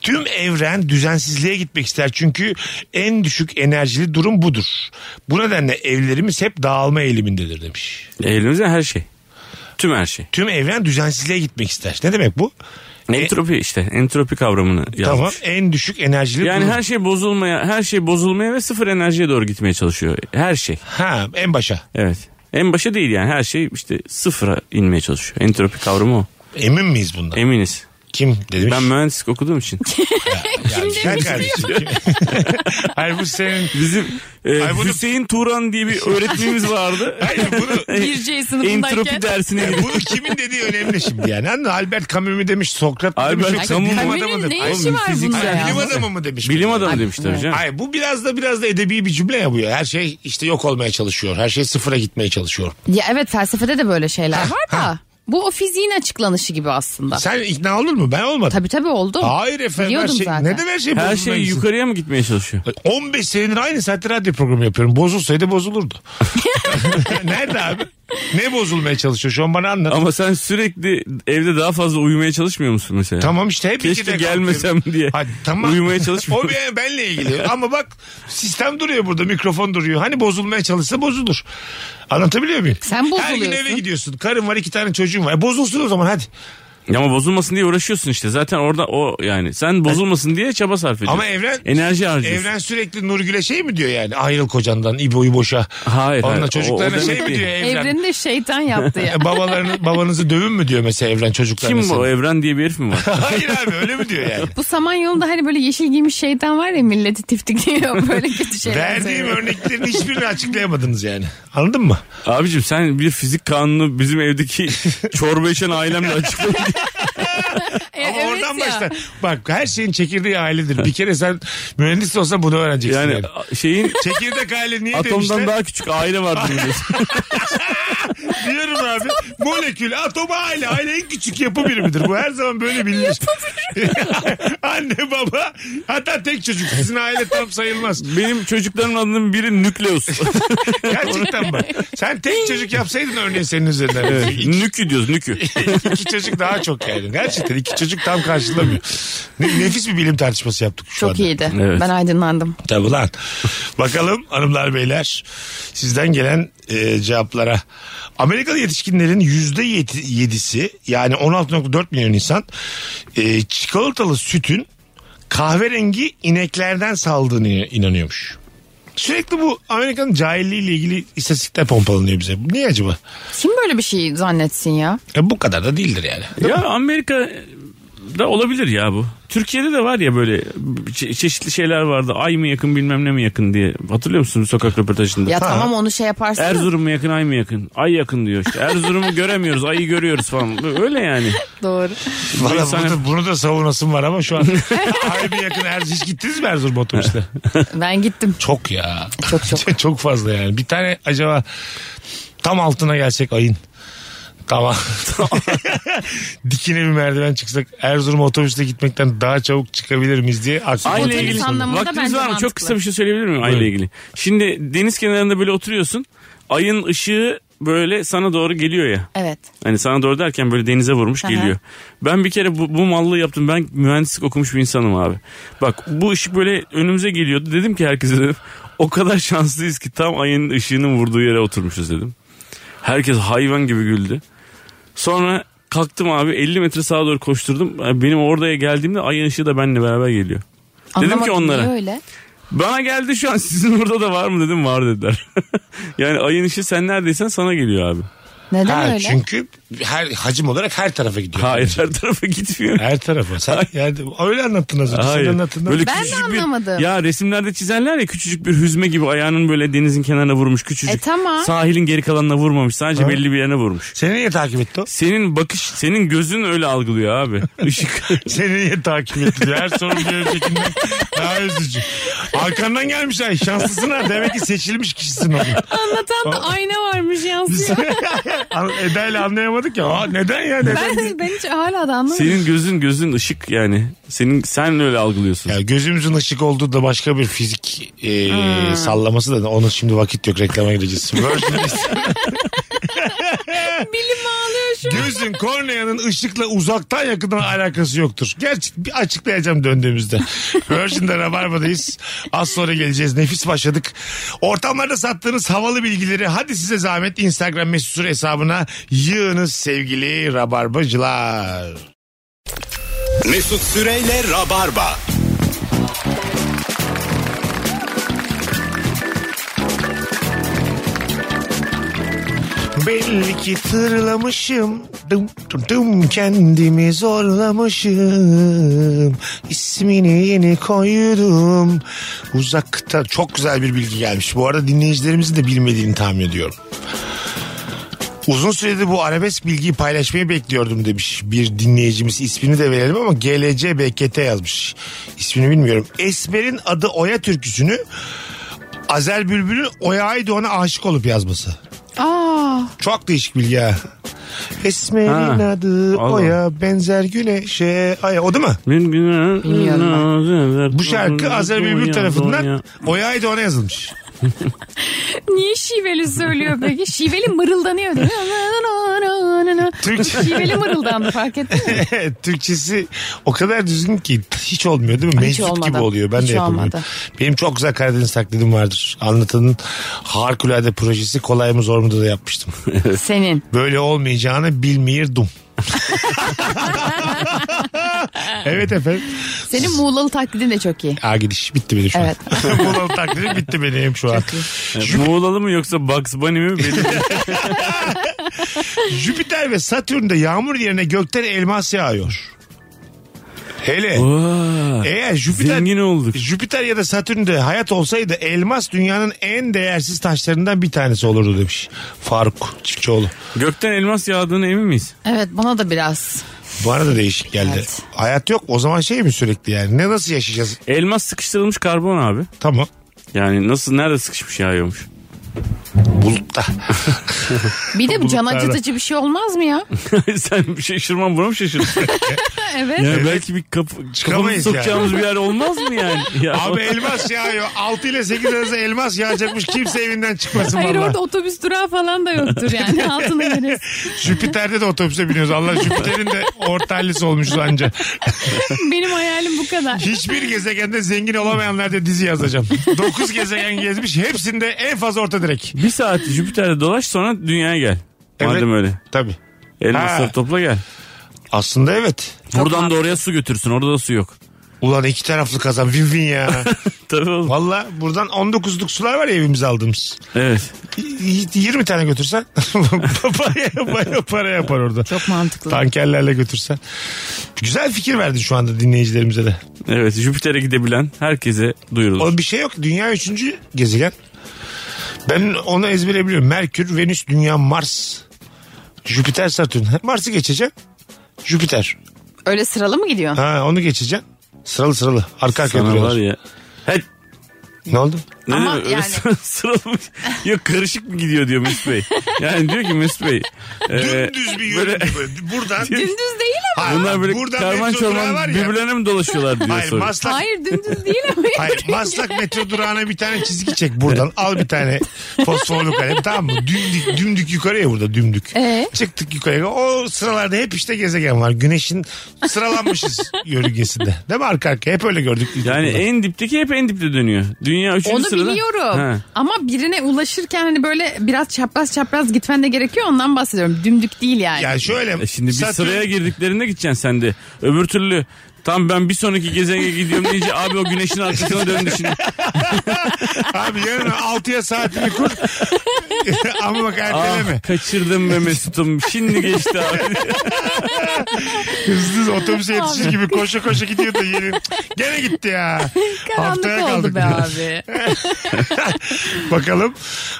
Speaker 1: Tüm evren düzensizliğe gitmek ister çünkü en düşük enerjili durum budur. Bu nedenle evlerimiz hep dağılma eğilimindedir demiş.
Speaker 3: Elimizde her şey. Tüm her şey.
Speaker 1: Tüm evren düzensizliğe gitmek ister. Ne demek bu?
Speaker 3: Entropi işte. Entropi kavramını yazmış.
Speaker 1: Tamam en düşük enerjili
Speaker 3: Yani
Speaker 1: durum.
Speaker 3: her şey bozulmaya, her şey bozulmaya ve sıfır enerjiye doğru gitmeye çalışıyor. Her şey.
Speaker 1: Ha en başa.
Speaker 3: Evet. En başa değil yani her şey işte sıfıra inmeye çalışıyor. Entropi kavramı o.
Speaker 1: Emin miyiz bundan?
Speaker 3: Eminiz.
Speaker 1: Kim demiş?
Speaker 3: E, Ben mühendislik okuduğum için.
Speaker 1: Yani sen kardeşim. Hayır bu senin...
Speaker 3: Bizim e,
Speaker 1: Ay bunu-
Speaker 3: Hüseyin Turan diye bir öğretmenimiz vardı.
Speaker 1: Hayır bunu...
Speaker 2: Gireceği sınıfındayken.
Speaker 3: Entropi dersine girdi.
Speaker 1: Bunu kimin dediği önemli şimdi yani. Anladın mı? Albert Camus mu demiş, Sokrat mı
Speaker 3: Albert
Speaker 1: demiş, yoksa
Speaker 3: Camus
Speaker 1: bilim
Speaker 3: mu?
Speaker 1: adamı
Speaker 2: Camus'un
Speaker 1: demiş.
Speaker 2: ne işi
Speaker 3: Oğlum,
Speaker 2: var
Speaker 3: fizik-
Speaker 2: bunda
Speaker 1: Hayır,
Speaker 2: ya?
Speaker 1: bilim adamı mı demiş?
Speaker 3: Bilim adamı demiş tabii canım.
Speaker 1: Hayır bu biraz da biraz da edebi bir cümle ya bu ya. Her şey işte yok olmaya çalışıyor. Her şey sıfıra gitmeye çalışıyor.
Speaker 2: Ya evet felsefede de böyle şeyler var da. Bu o fiziğin açıklanışı gibi aslında.
Speaker 1: Sen ikna olur mu? Ben olmadım.
Speaker 2: Tabii tabii oldu.
Speaker 1: Hayır efendim. Her
Speaker 2: Biliyordum
Speaker 1: şey,
Speaker 2: zaten.
Speaker 1: neden her şey
Speaker 3: Her
Speaker 1: bozulmaya
Speaker 3: şey
Speaker 1: gitsin?
Speaker 3: yukarıya mı gitmeye çalışıyor?
Speaker 1: 15 senedir aynı saatte radyo programı yapıyorum. Bozulsaydı bozulurdu. Nerede abi? Ne bozulmaya çalışıyor? Şu an bana anlat.
Speaker 3: Ama sen sürekli evde daha fazla uyumaya çalışmıyor musun mesela?
Speaker 1: Tamam işte hep
Speaker 3: Keşke
Speaker 1: ikide
Speaker 3: gelmesem
Speaker 1: kalkıyorum.
Speaker 3: diye.
Speaker 1: Hadi tamam.
Speaker 3: Uyumaya çalışmıyor.
Speaker 1: o ben- benle ilgili. Ama bak sistem duruyor burada. Mikrofon duruyor. Hani bozulmaya çalışsa bozulur. Anlatabiliyor muyum?
Speaker 2: Sen
Speaker 1: Her gün
Speaker 2: bozuluyorsun.
Speaker 1: eve gidiyorsun. Karın var iki tane çocuğun var. E, bozulsun o zaman hadi.
Speaker 3: Ama bozulmasın diye uğraşıyorsun işte. Zaten orada o yani. Sen bozulmasın diye çaba sarf ediyorsun.
Speaker 1: Ama evren-
Speaker 3: Enerji harcıyorsun.
Speaker 1: Evren sürekli Nurgül'e şey mi diyor yani? Ayrıl kocandan İbo'yu boşa.
Speaker 3: Hayır,
Speaker 1: Onunla
Speaker 3: hayır. O-
Speaker 1: çocuklarına
Speaker 3: o
Speaker 1: şey
Speaker 3: demek
Speaker 1: mi
Speaker 3: değil.
Speaker 1: diyor evren?
Speaker 2: Evreni de şeytan yaptı ya.
Speaker 1: E, Babalarını, babanızı dövün mü diyor mesela evren çocuklarına.
Speaker 3: Kim bu
Speaker 1: senin?
Speaker 3: Evren diye bir herif mi var?
Speaker 1: Hayır abi öyle mi diyor yani?
Speaker 2: Bu Samanyolu'da hani böyle yeşil giymiş şeytan var ya milleti tiftikliyor böyle kötü şeyler.
Speaker 1: Verdiğim
Speaker 2: söylüyor.
Speaker 1: örneklerin hiçbirini açıklayamadınız yani. Anladın mı?
Speaker 3: Abicim sen bir fizik kanunu bizim evdeki çorba içen ailemle açıkladın.
Speaker 2: E,
Speaker 1: Ama
Speaker 2: evet
Speaker 1: oradan
Speaker 2: ya.
Speaker 1: başla. Bak her şeyin çekirdeği ailedir. Bir kere sen mühendis olsan bunu öğreneceksin. Yani,
Speaker 3: Yani şeyin
Speaker 1: Çekirdek aile niye
Speaker 3: atomdan
Speaker 1: Şey demişler?
Speaker 3: daha küçük aile vardı biliyorsun.
Speaker 1: Diyorum abi. Molekül, atom, aile. Aile en küçük yapı birimidir. Bu her zaman böyle bilinir. Anne baba hatta tek çocuk. Sizin aile tam sayılmaz.
Speaker 3: Benim çocuklarımın adının biri nükleus.
Speaker 1: Gerçekten bak. Sen tek çocuk yapsaydın örneğin senin üzerinden.
Speaker 3: Evet, nükü diyoruz nükü.
Speaker 1: iki çocuk daha çok yani. Gerçekten iki çocuk tam karşılamıyor. Ne- nefis bir bilim tartışması yaptık şu
Speaker 2: Çok
Speaker 1: anda.
Speaker 2: iyiydi.
Speaker 3: Evet.
Speaker 2: Ben aydınlandım.
Speaker 1: Tabii lan. Bakalım hanımlar beyler sizden gelen e, cevaplara. Amerikalı yetişkinlerin yüzde yedisi yani 16.4 milyon insan e, çikolatalı sütün kahverengi ineklerden saldığını inanıyormuş. Sürekli bu Amerika'nın cahilliğiyle ilgili istatistikler pompalanıyor bize. Niye acaba?
Speaker 2: Kim böyle bir şey zannetsin ya?
Speaker 1: E, bu kadar da değildir yani.
Speaker 3: Ya Amerika da olabilir ya bu. Türkiye'de de var ya böyle çe- çeşitli şeyler vardı. Ay mı yakın bilmem ne mi yakın diye. Hatırlıyor musunuz sokak röportajında?
Speaker 2: Ya tamam onu şey yaparsın. da-
Speaker 3: Erzurum mu yakın ay mı yakın? Ay yakın diyor işte. Erzurum'u göremiyoruz ayı görüyoruz falan. Öyle yani.
Speaker 2: Doğru.
Speaker 1: Valla
Speaker 3: insana-
Speaker 1: bunu, bunu da savunasım var ama şu an harbi yakın Erzurum. Hiç gittiniz mi Erzurum otobüsle?
Speaker 2: Ben gittim.
Speaker 1: Çok ya.
Speaker 2: Çok çok.
Speaker 1: çok fazla yani. Bir tane acaba tam altına gelsek ayın. Tamam. Dikine bir merdiven çıksak Erzurum otobüsle gitmekten daha çabuk çıkabilir miyiz diye aklıma
Speaker 3: Ayla
Speaker 2: Botanik
Speaker 3: ilgili.
Speaker 2: anlamında
Speaker 3: Vaktiniz
Speaker 2: bence
Speaker 3: var mı?
Speaker 2: mantıklı.
Speaker 3: Çok kısa bir şey söyleyebilir miyim ayla
Speaker 1: Buyurun.
Speaker 3: ilgili? Şimdi deniz kenarında böyle oturuyorsun. Ayın ışığı böyle sana doğru geliyor ya.
Speaker 2: Evet.
Speaker 3: Hani sana doğru derken böyle denize vurmuş
Speaker 2: Aha.
Speaker 3: geliyor. Ben bir kere bu, bu mallığı yaptım. Ben mühendislik okumuş bir insanım abi. Bak bu ışık böyle önümüze geliyordu. Dedim ki herkese dedim. O kadar şanslıyız ki tam ayın ışığının vurduğu yere oturmuşuz dedim. Herkes hayvan gibi güldü. Sonra kalktım abi 50 metre sağa doğru koşturdum. Benim oraya geldiğimde ayın ışığı da benimle beraber geliyor. Dedim ki
Speaker 2: Anlamadım,
Speaker 3: onlara.
Speaker 2: niye öyle?
Speaker 3: Bana geldi şu an sizin burada da var mı dedim var dediler. yani ayın ışığı sen neredeysen sana geliyor abi.
Speaker 2: Neden
Speaker 1: Ha,
Speaker 2: öyle?
Speaker 1: Çünkü her hacim olarak her tarafa gidiyor.
Speaker 3: Hayır her tarafa gitmiyor.
Speaker 1: Her tarafa. Sen, yani öyle anlattın az önce. Sen
Speaker 3: Hayır.
Speaker 1: anlattın da-
Speaker 2: Ben de anlamadım.
Speaker 3: Bir, ya resimlerde çizerler ya küçücük bir hüzme gibi ayağının böyle denizin kenarına vurmuş küçücük.
Speaker 2: E, tamam.
Speaker 3: Sahilin geri kalanına vurmamış sadece belli bir yerine vurmuş.
Speaker 1: Seni niye takip etti o?
Speaker 3: Senin bakış, senin gözün öyle algılıyor abi. Işık.
Speaker 1: Seni niye takip etti diyor. Her sorun bir öncekinden daha üzücü. Arkandan gelmiş ay. Şanslısın ha. Demek ki seçilmiş kişisin o gün.
Speaker 2: Anlatan da ayna varmış yansıyor.
Speaker 1: Eda ile anlayamadık ya. Aa, neden ya? Neden?
Speaker 2: ben, ben hiç hala da anlamadım.
Speaker 3: senin gözün gözün ışık yani. Senin sen öyle algılıyorsun.
Speaker 1: Ya gözümüzün ışık olduğu da başka bir fizik e, sallaması da onun şimdi vakit yok reklama gireceğiz. Virgin'deyiz.
Speaker 2: Bilim ağlıyor şu an.
Speaker 1: Gözün korneanın ışıkla uzaktan yakından alakası yoktur. Gerçi bir açıklayacağım döndüğümüzde. Virgin'de Rabarba'dayız. Az sonra geleceğiz. Nefis başladık. Ortamlarda sattığınız havalı bilgileri hadi size zahmet Instagram mesut Süre hesabına yığınız sevgili Rabarbacılar.
Speaker 5: Mesut Süreyle Rabarba.
Speaker 1: Belli ki tırlamışım dım dım dım kendimi zorlamışım İsmini yeni koydum uzakta çok güzel bir bilgi gelmiş bu arada dinleyicilerimizin de bilmediğini tahmin ediyorum Uzun süredir bu arabesk bilgiyi paylaşmayı bekliyordum demiş bir dinleyicimiz. ismini de verelim ama GLC BKT yazmış. İsmini bilmiyorum. Esmer'in adı Oya türküsünü Azer Bülbül'ün Oya Aydoğan'a aşık olup yazması.
Speaker 2: Aa,
Speaker 1: Çok değişik bilgi ha. Esmer'in
Speaker 3: Ha.
Speaker 1: adı
Speaker 3: Allah.
Speaker 1: Oya benzer güneşe. Ay, o değil mi?
Speaker 3: Bilmiyorum
Speaker 1: Bu şarkı Azer Bülbül tarafından Oya Aydoğan'a yazılmış.
Speaker 2: niye şiveli söylüyor peki? Şiveli mırıldanıyor değil mi?
Speaker 1: Türkçe-
Speaker 2: Şiveli mırıldandı fark ettin mi?
Speaker 1: Türkçesi o kadar düzgün ki hiç olmuyor değil mi?
Speaker 2: Hiç
Speaker 1: Mevcut gibi
Speaker 2: olmadı.
Speaker 1: oluyor. Ben
Speaker 2: Hiç
Speaker 1: de yapamıyorum.
Speaker 2: olmadı.
Speaker 1: Benim çok güzel Karadeniz taklidim vardır. Anlatanın harikulade projesi kolay mı zor mu da yapmıştım.
Speaker 2: Senin.
Speaker 1: Böyle olmayacağını bilmiyordum. evet efendim.
Speaker 2: Senin Muğlalı taklidin de çok iyi.
Speaker 1: Aa gidiş bitti benim şu
Speaker 2: Evet.
Speaker 1: an. Muğla'nın taklidi bitti benim şu an.
Speaker 3: Muğlalı mı yoksa Bugs Bunny mi? Belli değil.
Speaker 1: Jüpiter ve Satürn'de yağmur yerine gökten elmas yağıyor. Hele
Speaker 3: Vay,
Speaker 1: eğer Jüpiter,
Speaker 3: Zengin olduk.
Speaker 1: Jüpiter ya da Satürn'de hayat olsaydı elmas dünyanın en değersiz taşlarından bir tanesi olurdu demiş. Faruk Çiftçioğlu.
Speaker 3: Gökten elmas yağdığına emin miyiz?
Speaker 2: Evet bana da biraz.
Speaker 1: Bana da değişik geldi.
Speaker 2: Evet.
Speaker 1: Hayat yok o zaman şey mi sürekli yani ne nasıl yaşayacağız?
Speaker 3: Elmas sıkıştırılmış karbon abi.
Speaker 1: Tamam.
Speaker 3: Yani nasıl nerede sıkışmış yağıyormuş.
Speaker 1: Bulutta.
Speaker 2: Bir de bu can
Speaker 1: Bulutlarda.
Speaker 2: acıtıcı bir şey olmaz mı ya?
Speaker 3: Sen şaşırmam buna mı şaşırdın?
Speaker 2: evet.
Speaker 3: Yani belki bir kapı,
Speaker 1: Çıkamayız
Speaker 3: kafamızı sokacağımız bir yer olmaz mı yani? Ya,
Speaker 1: Abi elmas yağıyor. 6 ile 8 arası elmas yağacakmış. Kimse evinden çıkmasın
Speaker 2: Hayır
Speaker 1: valla.
Speaker 2: orada otobüs durağı falan da yoktur yani altına yeriz.
Speaker 1: Jüpiter'de de otobüse biniyoruz. Allah Jüpiter'in de ortalyası olmuşuz anca.
Speaker 2: Benim hayalim bu kadar.
Speaker 1: Hiçbir gezegende zengin olamayanlar diye dizi yazacağım. 9 gezegen gezmiş. Hepsinde en fazla orta direk.
Speaker 3: bir saat Jüpiter'de dolaş sonra dünyaya gel.
Speaker 1: Evet.
Speaker 3: Madem öyle.
Speaker 1: Tabii. Ha.
Speaker 3: Elmasları topla gel.
Speaker 1: Aslında evet.
Speaker 3: Buradan da oraya su götürsün. Orada da su yok.
Speaker 1: Ulan iki taraflı kazan win win ya.
Speaker 3: Tabii oğlum.
Speaker 1: Valla buradan 19'luk sular var ya evimize aldığımız.
Speaker 3: Evet.
Speaker 1: Y- 20 tane götürsen baya baya para yapar orada.
Speaker 2: Çok mantıklı.
Speaker 1: Tankerlerle götürsen. Güzel fikir verdin şu anda dinleyicilerimize de.
Speaker 3: Evet Jüpiter'e gidebilen herkese duyurulur.
Speaker 1: O bir şey yok. Dünya üçüncü gezegen. Ben onu ezbere biliyorum. Merkür, Venüs, Dünya, Mars, Jüpiter, Satürn. Mars'ı geçeceğim. Jüpiter.
Speaker 2: Öyle sıralı mı gidiyor?
Speaker 1: Ha onu geçeceğim. Sıralı sıralı. Arka arkaya
Speaker 3: Sana var
Speaker 1: duruyorlar.
Speaker 3: ya. He,
Speaker 1: Ne oldu?
Speaker 3: ne
Speaker 2: Ama
Speaker 3: demek, öyle
Speaker 2: yani-
Speaker 3: sıra- sıralı Yok karışık mı gidiyor diyor Mesut Bey. Yani diyor ki Mesut Bey. e,
Speaker 1: Dümdüz bir yol
Speaker 3: böyle-
Speaker 1: gibi böyle. Buradan.
Speaker 2: Dümdüz değil ama.
Speaker 1: Hayır,
Speaker 3: Bunlar böyle
Speaker 1: buradan
Speaker 3: karman
Speaker 1: metro durağı var
Speaker 3: çorman
Speaker 1: ya.
Speaker 3: birbirlerine mi dolaşıyorlar diyor
Speaker 1: Hayır
Speaker 3: sonra.
Speaker 1: Maslak.
Speaker 2: Hayır dümdüz değil ama.
Speaker 1: Hayır Maslak metro durağına bir tane çizgi çek buradan. Al bir tane fosforlu kalem tamam mı? Dümdük, dümdük yukarıya burada dümdük.
Speaker 2: Ee?
Speaker 1: Çıktık yukarıya. O sıralarda hep işte gezegen var. Güneşin sıralanmışız yörüngesinde. Değil mi arka arkaya? Hep öyle gördük.
Speaker 3: Yani en dipteki hep en dipte dönüyor. Dünya üçüncü
Speaker 2: Onu
Speaker 3: sırada.
Speaker 2: biliyorum.
Speaker 3: Ha.
Speaker 2: Ama birine ulaşırken hani böyle biraz çapraz çapraz gitmen de gerekiyor. Ondan bahsediyorum. Dümdük değil yani.
Speaker 1: Yani şöyle.
Speaker 3: E şimdi bir
Speaker 1: Satürn-
Speaker 3: sıraya girdiklerinde gideceksin sen de. Öbür türlü tam ben bir sonraki gezegene gidiyorum deyince abi o güneşin arkasına döndü şimdi.
Speaker 1: Abi yarın 6'ya saatini kur. Ama bak erteleme.
Speaker 3: Ah kaçırdım be Mesut'um. Şimdi geçti abi.
Speaker 1: Hızlı otobüse yetişir gibi koşa koşa gidiyordu yeni. Gene gitti ya.
Speaker 2: Karanlık
Speaker 1: Haftaya
Speaker 2: oldu
Speaker 1: kaldık
Speaker 2: be
Speaker 1: ya.
Speaker 2: abi.
Speaker 1: Bakalım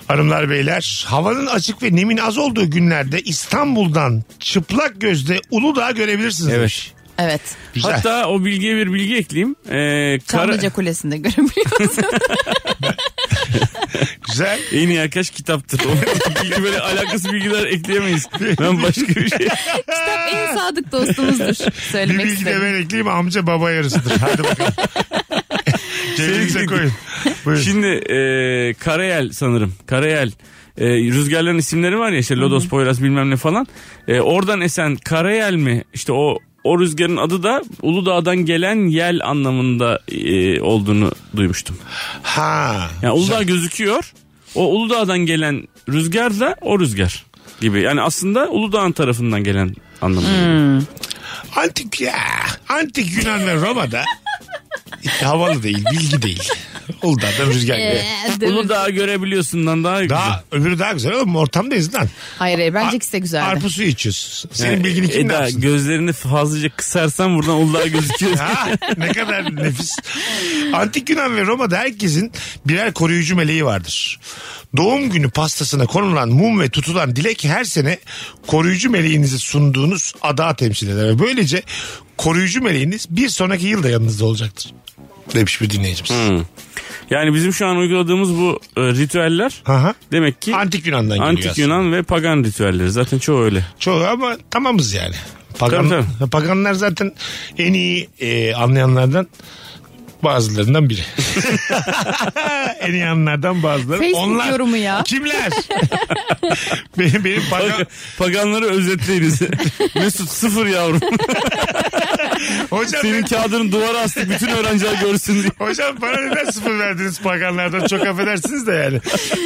Speaker 1: hanımlar beyler havanın açık ve nemin az olduğu günlerde İstanbul'dan çıplak gözle Uludağ görebilirsiniz.
Speaker 3: Evet.
Speaker 1: demiş.
Speaker 2: Evet.
Speaker 1: Güzel.
Speaker 3: Hatta o bilgiye bir bilgi ekleyeyim. Ee, kara,
Speaker 2: Çamlıca Kulesi'nde görebiliyorsun.
Speaker 1: Güzel.
Speaker 3: en iyi arkadaş kitaptır. O bilgi böyle alakası bilgiler ekleyemeyiz. Ben başka bir şey.
Speaker 2: Kitap en sadık dostumuzdur.
Speaker 1: Bir
Speaker 2: Söylemek
Speaker 1: bilgi de ben
Speaker 2: istedim.
Speaker 1: ekleyeyim amca baba yarısıdır. Hadi bakalım. Cebinize
Speaker 3: Sevgili-
Speaker 1: koyun. Buyurun.
Speaker 3: Şimdi e, Karayel sanırım. Karayel. E, rüzgarların isimleri var ya işte Lodos, Poyraz bilmem ne falan. E, oradan esen Karayel mi? İşte o o rüzgarın adı da Uludağ'dan gelen yel anlamında e, olduğunu duymuştum.
Speaker 1: Ha.
Speaker 3: Yani Uludağ gözüküyor. O Uludağ'dan gelen rüzgar da o rüzgar gibi. Yani aslında Uludağ'ın tarafından gelen anlamına geliyor.
Speaker 1: Antik ya. Antik Yunan ve Roma'da havalı değil, bilgi değil. Uludağ'dan rüzgar gibi.
Speaker 2: Ee, dümdüz.
Speaker 3: Uludağ'ı görebiliyorsundan daha güzel.
Speaker 1: Daha öbürü daha güzel oğlum ortamdayız lan.
Speaker 2: Hayır hayır bence ikisi de güzeldi.
Speaker 1: Arpa suyu içiyorsun. Senin
Speaker 3: Yani e,
Speaker 1: bilgini kim ne
Speaker 3: Eda
Speaker 1: yapsın?
Speaker 3: gözlerini fazlaca kısarsan buradan Uludağ gözüküyor.
Speaker 1: Ha, ne kadar nefis. Antik Yunan ve Roma'da herkesin birer koruyucu meleği vardır. Doğum günü pastasına konulan mum ve tutulan dilek her sene koruyucu meleğinizi sunduğunuz adağı temsil eder. Ve Böylece koruyucu meleğiniz bir sonraki yılda yanınızda olacaktır. Demiş bir dinleyicimiz.
Speaker 3: Yani bizim şu an uyguladığımız bu e, ritüeller
Speaker 1: Hı hı.
Speaker 3: demek ki antik,
Speaker 1: Antik Yunan'dan geliyor aslında.
Speaker 3: Yunan ve pagan ritüelleri. Zaten çoğu öyle.
Speaker 1: Çoğu ama tamamız yani. Pagan,
Speaker 3: Tabii,
Speaker 1: Paganlar zaten en iyi e, anlayanlardan bazılarından biri. en iyi anlardan bazıları.
Speaker 2: Facebook yorumu ya.
Speaker 1: Kimler? benim benim pagan...
Speaker 3: Paga- Paganları özetleyiniz. Mesut sıfır yavrum.
Speaker 1: Hocam,
Speaker 3: Senin
Speaker 1: benim-
Speaker 3: kağıdını duvara astık bütün öğrenciler görsün diye.
Speaker 1: Hocam bana neden sıfır verdiniz paganlardan çok affedersiniz de yani.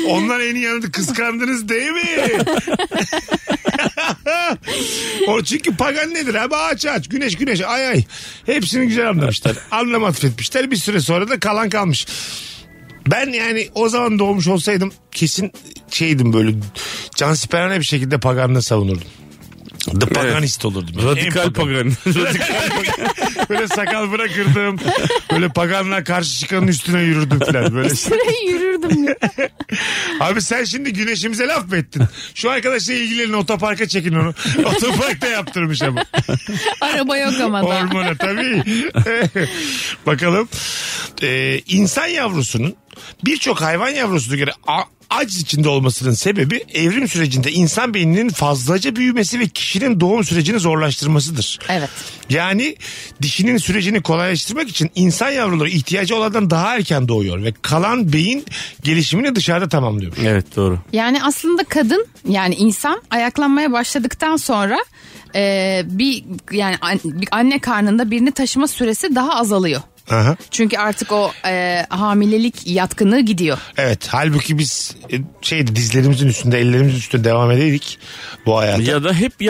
Speaker 1: Onlar en iyi yanında kıskandınız değil mi? o çünkü pagan nedir abi ağaç ağaç güneş güneş ay ay. Hepsini güzel anlamışlar. Anlam atfetmişler bir süre sonra da kalan kalmış. Ben yani o zaman doğmuş olsaydım kesin şeydim böyle cansiperane bir şekilde paganlığı savunurdum. The paganist olurdum. yani. En pagan.
Speaker 3: Radikal pagan. Radikal
Speaker 1: Böyle sakal bırakırdım. Böyle paganla karşı çıkanın üstüne yürürdüm falan. Böyle.
Speaker 2: Şuraya yürürdüm ya.
Speaker 1: Abi sen şimdi güneşimize laf mı ettin? Şu arkadaşla ilgilenin otoparka çekin onu. Otoparkta yaptırmış ama.
Speaker 2: Araba yok ama da.
Speaker 1: Hormona tabii. Bakalım. Ee, insan yavrusunun birçok hayvan yavrusuna göre a- Aciz içinde olmasının sebebi evrim sürecinde insan beyninin fazlaca büyümesi ve kişinin doğum sürecini zorlaştırmasıdır.
Speaker 2: Evet.
Speaker 1: Yani dişinin sürecini kolaylaştırmak için insan yavruları ihtiyacı olandan daha erken doğuyor ve kalan beyin gelişimini dışarıda tamamlıyor.
Speaker 3: Evet doğru.
Speaker 2: Yani aslında kadın yani insan ayaklanmaya başladıktan sonra e, bir yani an- bir anne karnında birini taşıma süresi daha azalıyor.
Speaker 1: Aha.
Speaker 2: Çünkü artık o e, hamilelik yatkınlığı gidiyor.
Speaker 1: Evet halbuki biz e, şeydi dizlerimizin üstünde ellerimizin üstünde devam edeydik bu hayata.
Speaker 3: Ya da hep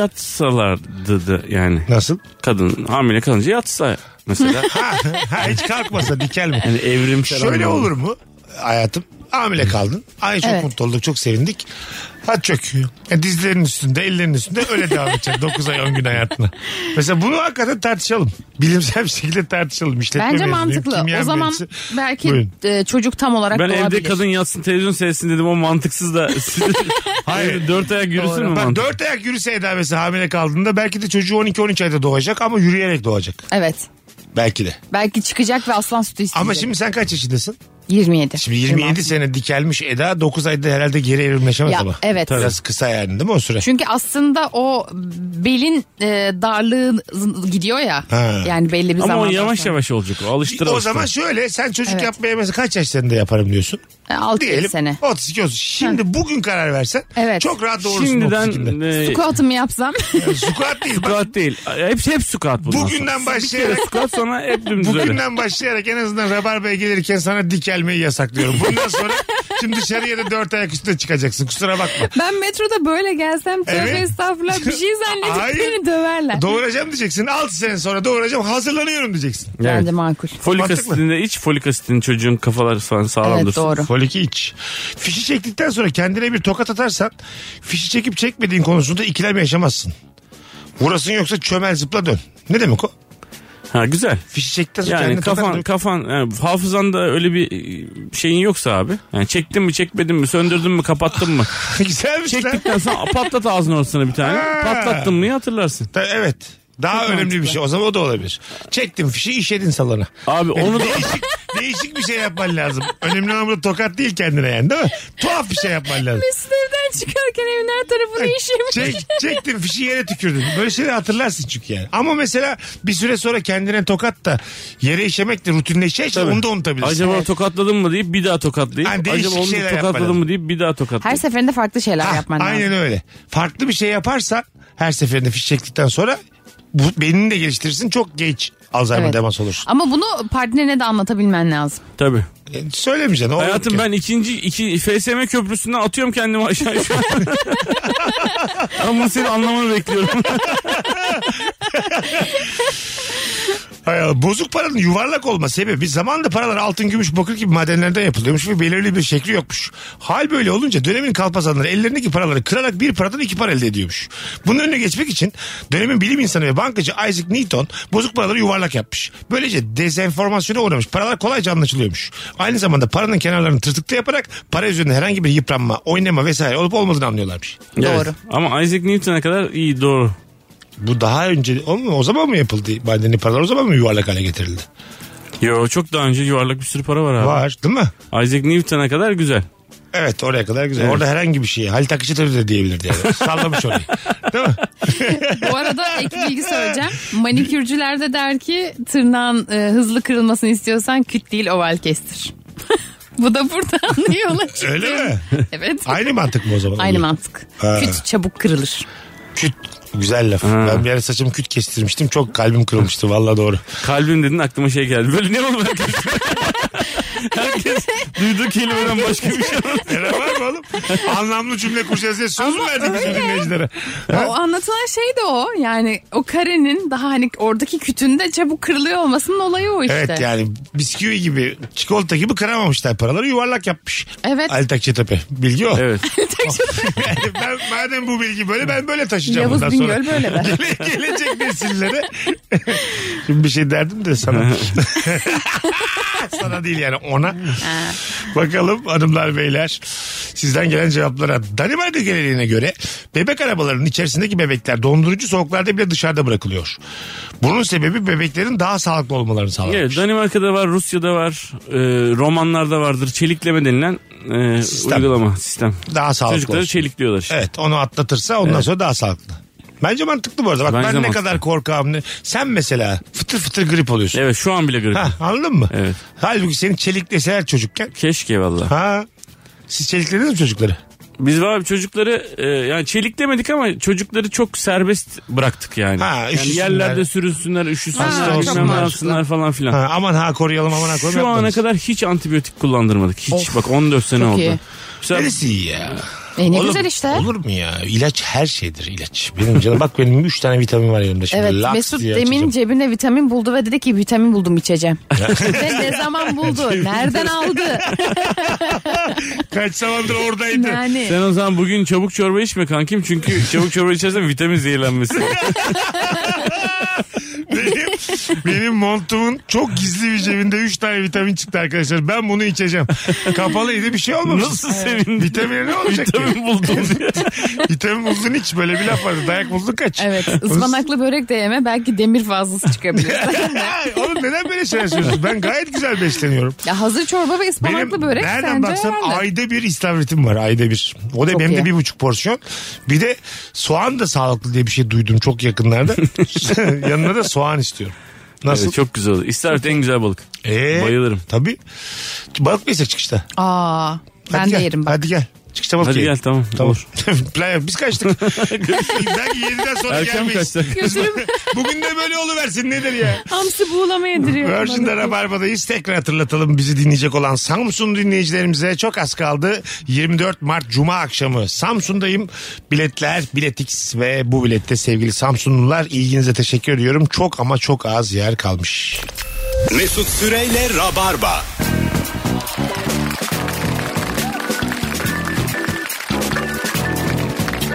Speaker 3: yatsalardı da yani.
Speaker 1: Nasıl?
Speaker 3: Kadın hamile kalınca yatsa mesela.
Speaker 1: Ha, ha, hiç kalkmasa dikel mi?
Speaker 3: Yani evrimsel
Speaker 1: Şöyle
Speaker 3: anlamda.
Speaker 1: olur mu hayatım? Hamile kaldın. Ay çok
Speaker 2: Evet.
Speaker 1: mutlu olduk çok sevindik. Hadi çök. E, dizlerin üstünde ellerin üstünde öyle devam edeceksin 9 ay 10 gün hayatına. Mesela bunu hakikaten tartışalım. Bilimsel bir şekilde tartışalım. İşletme
Speaker 2: Bence
Speaker 1: mezunuyum,
Speaker 2: mantıklı.
Speaker 1: kimya
Speaker 2: O zaman
Speaker 1: mühendisi.
Speaker 2: belki
Speaker 1: Buyurun.
Speaker 2: e, çocuk tam olarak
Speaker 3: Ben evde
Speaker 2: doğabilir.
Speaker 3: kadın yatsın televizyon seyretsin dedim o mantıksız da.
Speaker 1: Hayır.
Speaker 3: Hayır. Dört ayak yürüsün mü
Speaker 1: Bak,
Speaker 3: mantık?
Speaker 1: dört ayak yürüse Eda mesela hamile kaldığında belki de çocuğu 12-13 ayda doğacak ama yürüyerek doğacak.
Speaker 2: Evet.
Speaker 1: Belki de.
Speaker 2: Belki çıkacak ve aslan sütü isteyecek.
Speaker 1: Ama şimdi sen kaç yaşındasın?
Speaker 2: 27.
Speaker 1: Şimdi 27
Speaker 2: 26.
Speaker 1: sene dikelmiş Eda 9 ayda herhalde geri evrimleşemez
Speaker 2: Ya,
Speaker 1: ama.
Speaker 2: evet. Tabii.
Speaker 1: Biraz kısa yani değil mi o süre?
Speaker 2: Çünkü aslında o belin e, darlığı z- gidiyor ya.
Speaker 1: Ha.
Speaker 2: Yani belli bir
Speaker 3: Ama o
Speaker 2: zamandan
Speaker 3: yavaş
Speaker 2: sonra.
Speaker 3: yavaş olacak o alıştır
Speaker 1: o
Speaker 3: alıştır.
Speaker 1: zaman şöyle sen çocuk
Speaker 2: Evet.
Speaker 1: yapmaya mesela kaç yaşlarında yaparım diyorsun?
Speaker 2: E, altı, yedi
Speaker 1: Diyelim
Speaker 2: sene.
Speaker 1: 32 olsun. Şimdi bugün karar versen
Speaker 2: Evet.
Speaker 1: çok rahat doğurursun
Speaker 3: Şimdiden
Speaker 1: 32'de.
Speaker 3: e,
Speaker 2: Squat'ı mı yapsam?
Speaker 1: Squat değil. Bak,
Speaker 3: squat değil. Hepsi hep squat bundan sonra.
Speaker 1: bugünden başlayarak
Speaker 3: Squat sonra hep dümdüz öyle.
Speaker 1: Bugünden başlayarak en azından Rabarba'ya gelirken sana dikelmeyi yasaklıyorum. Bundan sonra şimdi dışarıya da dört ayak üstüne çıkacaksın. Kusura bakma.
Speaker 2: ben metroda böyle gelsem tövbe
Speaker 1: Evet.
Speaker 2: estağfurullah bir şey
Speaker 1: Hayır.
Speaker 2: zannedip beni döverler.
Speaker 1: Doğuracağım diyeceksin. 6 sene sonra doğuracağım. Hazırlanıyorum diyeceksin.
Speaker 2: Bence makul.
Speaker 3: Folik
Speaker 1: Mantıklı.
Speaker 3: asitinde iç folik asitini çocuğun kafaları falan sağlam
Speaker 2: Evet
Speaker 3: dursun.
Speaker 2: doğru.
Speaker 1: Foliki iç. Fişi çektikten sonra kendine bir tokat atarsan fişi çekip çekmediğin konusunda ikilem yaşamazsın. Vurasın yoksa çömel zıpla dön. Ne demek o?
Speaker 3: Ha güzel.
Speaker 1: Fişi çektikten sonra
Speaker 3: Yani
Speaker 1: kendine
Speaker 3: kafan
Speaker 1: kafan,
Speaker 3: kafan yani hafızanda öyle bir e, şeyin yoksa abi. Yani çektin mi çekmedin mi söndürdün mü kapattın mı?
Speaker 1: Güzelmiş lan.
Speaker 3: Çektikten sonra patlat ağzının ortasına bir
Speaker 1: Ha.
Speaker 3: tane. Patlattın mı iyi hatırlarsın.
Speaker 1: Ta- Evet. Daha önemli bir şey. O zaman o da olabilir. Çektim fişi işedin salona.
Speaker 3: Abi onu da
Speaker 1: değişik, değişik bir şey yapman lazım. Önemli olan burada tokat değil kendine yani değil mi? Tuhaf bir şey yapman lazım.
Speaker 2: Mesut evden çıkarken evin her tarafını işemiş.
Speaker 1: Çek, çektin fişi yere tükürdün. Böyle şeyleri hatırlarsın çünkü yani. Ama mesela bir süre sonra kendine tokat da yere işemek de rutinleşecek. Onu da unutabilirsin.
Speaker 3: acaba tokatladım mı deyip bir daha tokatlayıp
Speaker 1: Ha, değişik
Speaker 3: acaba onu
Speaker 1: şeyler
Speaker 3: tokatladım
Speaker 1: yapmadım.
Speaker 3: mı deyip bir daha
Speaker 2: Her
Speaker 3: tokatlayıp.
Speaker 2: seferinde farklı şeyler
Speaker 1: Ah,
Speaker 2: yapman lazım.
Speaker 1: Aynen öyle. Farklı bir şey yaparsan her seferinde fiş çektikten sonra bu, beynini de geliştirirsin. Çok geç Alzheimer
Speaker 2: Evet.
Speaker 1: demans olursun.
Speaker 2: Ama bunu partnerine de anlatabilmen lazım.
Speaker 3: Tabii.
Speaker 1: E, söylemeyeceksin. o
Speaker 3: Hayatım
Speaker 1: yok ki.
Speaker 3: ben ikinci iki FSM köprüsünden atıyorum kendimi aşağıya şu an. Ama bunu senin anlamanı bekliyorum.
Speaker 1: Hay Allah, bozuk paranın yuvarlak olma sebebi zamanında paralar altın, gümüş, bakır gibi madenlerden yapılıyormuş ve belirli bir şekli yokmuş. Hal böyle olunca dönemin kalpazanları ellerindeki paraları kırarak bir paradan iki para elde ediyormuş. Bunun önüne geçmek için dönemin bilim insanı ve bankacı Isaac Newton bozuk paraları yuvarlak yapmış. Böylece dezenformasyona uğramış. Paralar kolayca anlaşılıyormuş. Aynı zamanda paranın kenarlarını tırtıklı yaparak para üzerinde herhangi bir yıpranma, oynama vesaire olup olmadığını anlıyorlarmış.
Speaker 2: Doğru.
Speaker 3: Ama Isaac Newton'a kadar iyi doğru.
Speaker 1: Bu daha önce o, mu, o zaman mı yapıldı? Madenli paralar o zaman mı yuvarlak hale getirildi?
Speaker 3: Yo çok daha önce yuvarlak bir sürü para var abi.
Speaker 1: Var değil mi?
Speaker 3: Isaac Newton'a kadar güzel.
Speaker 1: Evet oraya kadar güzel.
Speaker 3: Evet.
Speaker 1: Orada herhangi bir şey. Halit Akışıtır da diyebilirdi yani. Sallamış orayı. Değil mi?
Speaker 2: Bu arada ek bilgi söyleyeceğim. Manikürcüler de der ki tırnağın e, hızlı kırılmasını istiyorsan küt değil oval kestir. Bu da buradan yola çıktı.
Speaker 1: Öyle mi?
Speaker 2: Evet.
Speaker 1: Aynı mantık mı o zaman?
Speaker 2: Aynı mantık.
Speaker 1: Ha.
Speaker 2: Küt çabuk kırılır.
Speaker 1: Küt. Güzel laf. Ben bir ara saçımı küt kestirmiştim. Çok kalbim kırılmıştı. Valla doğru.
Speaker 3: Kalbim dedin aklıma şey geldi. Böyle ne oldu herkes? herkes duyduğu kelimeden başka bir şey oldu.
Speaker 1: Era var mı oğlum? Anlamlı cümle kuracağız diye söz mü verdik bizim dinleyicilere? Ha?
Speaker 2: O anlatılan şey de o. Yani o karenin daha hani oradaki kütün de çabuk kırılıyor olmasının olayı o işte.
Speaker 1: Evet yani bisküvi gibi çikolata gibi kıramamışlar paraları yuvarlak yapmış.
Speaker 2: Evet.
Speaker 1: Ali Takçetepe. Bilgi o.
Speaker 3: Evet.
Speaker 1: ben, madem bu bilgi böyle ben böyle taşıyacağım
Speaker 2: Yavuz
Speaker 1: bundan sonra.
Speaker 2: Bingöl böyle der.
Speaker 1: Gele- gelecek nesillere. Şimdi bir şey derdim de sana. sana değil yani ona. Bakalım hanımlar beyler sizden gelen cevaplara. Danimarka geleneğine göre bebek arabalarının içerisindeki bebekler dondurucu soğuklarda bile dışarıda bırakılıyor. Bunun sebebi bebeklerin daha sağlıklı olmalarını sağlamak.
Speaker 3: evet Danimarka'da var, Rusya'da var, e, romanlarda vardır. Çelikleme denilen e,
Speaker 1: Sistem.
Speaker 3: uygulama, sistem.
Speaker 1: Daha sağlıklı
Speaker 3: Çocukları
Speaker 1: olsun.
Speaker 3: çelikliyorlar işte.
Speaker 1: Evet onu atlatırsa ondan sonra daha sağlıklı. Bence mantıklı bu arada. Bak
Speaker 3: Bence
Speaker 1: ben
Speaker 3: de
Speaker 1: ne
Speaker 3: mantıklı.
Speaker 1: kadar korkağım. ne- Sen mesela fıtır fıtır grip oluyorsun.
Speaker 3: Evet. şu an bile garip.
Speaker 1: Ha, anladın mı?
Speaker 3: Evet.
Speaker 1: Halbuki seni çelik deseler çocukken.
Speaker 3: Keşke valla.
Speaker 1: Ha. Siz çeliklediniz mi çocukları?
Speaker 3: Biz var abi çocukları e, yani çeliklemedik ama çocukları çok serbest bıraktık yani.
Speaker 1: Ha,
Speaker 3: yani
Speaker 1: üşüsünler.
Speaker 3: yerlerde sürünsünler,
Speaker 1: Hasta
Speaker 3: üşüsünler,
Speaker 1: olsunlar.
Speaker 3: bilmem ne yapsınlar falan filan.
Speaker 1: Ha, aman ha koruyalım aman ha koruyalım.
Speaker 3: Şu ana
Speaker 1: yapmadınız.
Speaker 3: kadar hiç antibiyotik kullandırmadık. Hiç. Bak 14 sene
Speaker 2: çok
Speaker 3: oldu.
Speaker 2: iyi.
Speaker 3: Mesela
Speaker 1: Neresi iyi ya?
Speaker 2: E, ne
Speaker 1: Oğlum,
Speaker 2: güzel işte.
Speaker 1: Olur mu ya? İlaç her şeydir ilaç. Benim canım bak benim 3 tane vitamin var yanımda şimdi.
Speaker 2: Evet
Speaker 1: Laks
Speaker 2: Mesut
Speaker 1: diye
Speaker 2: demin
Speaker 1: açacağım.
Speaker 2: cebine vitamin buldu ve dedi ki vitamin buldum içeceğim. Ve ne zaman buldu? Nereden aldı?
Speaker 1: Kaç zamandır oradaydı.
Speaker 2: Yani
Speaker 3: sen o zaman bugün çabuk çorba içme kankim çünkü çabuk çorba içersen vitamin zehirlenmesi.
Speaker 1: benim, benim montumun çok gizli bir cebinde 3 tane vitamin çıktı arkadaşlar. Ben bunu içeceğim. Kapalıydı bir şey olmamış.
Speaker 3: Nasıl sevindin?
Speaker 1: Vitamine ne olacak ki?
Speaker 3: vitamin buldum diye.
Speaker 1: Vitamin buldun iç böyle bir laf vardı. Dayak buldun kaç.
Speaker 2: evet ıspanaklı börek de yeme belki demir fazlası çıkabilir.
Speaker 1: Oğlum neden böyle şeyler söylüyorsun? Ben gayet güzel besleniyorum.
Speaker 2: ya hazır çorba ve
Speaker 1: Benim
Speaker 2: ıspanaklı börek
Speaker 1: nereden
Speaker 2: sence
Speaker 1: baksan
Speaker 2: herhalde.
Speaker 1: ayda bir istavritim var ayda bir. O da
Speaker 2: Çok
Speaker 1: benim de
Speaker 2: iyi.
Speaker 1: bir buçuk porsiyon. Bir de soğan da sağlıklı diye bir şey duydum çok yakınlarda. Yanına da soğan istiyorum. Nasıl?
Speaker 3: Evet, çok güzel oldu. İstavrit en güzel balık.
Speaker 1: Ee,
Speaker 3: Bayılırım.
Speaker 1: Tabii. Balık mı yesek çıkışta?
Speaker 2: Aa, ben
Speaker 1: Hadi
Speaker 2: de
Speaker 1: gel,
Speaker 2: yerim bak.
Speaker 1: Hadi gel. Çıkışta balık
Speaker 3: Hadi
Speaker 1: yiyelim.
Speaker 3: gel, tamam, olur.
Speaker 1: Plan yap. Biz kaçtık. Belki 7'den sonra
Speaker 3: Erken mi
Speaker 1: gelmeyiz.
Speaker 3: kaçsak?
Speaker 2: Götürüm
Speaker 1: Bugün de böyle oluversin nedir ya?
Speaker 2: hamsi buğulama yediriyor.
Speaker 1: Virgin'de Rabarba'dayız. Tekrar hatırlatalım bizi dinleyecek olan Samsun dinleyicilerimize çok az kaldı. 24 Mart Cuma akşamı Samsun'dayım. Biletler, biletix ve bu bilette sevgili Samsunlular ilginize teşekkür ediyorum. Çok ama çok az yer kalmış.
Speaker 5: Mesut Süreyle Rabarba.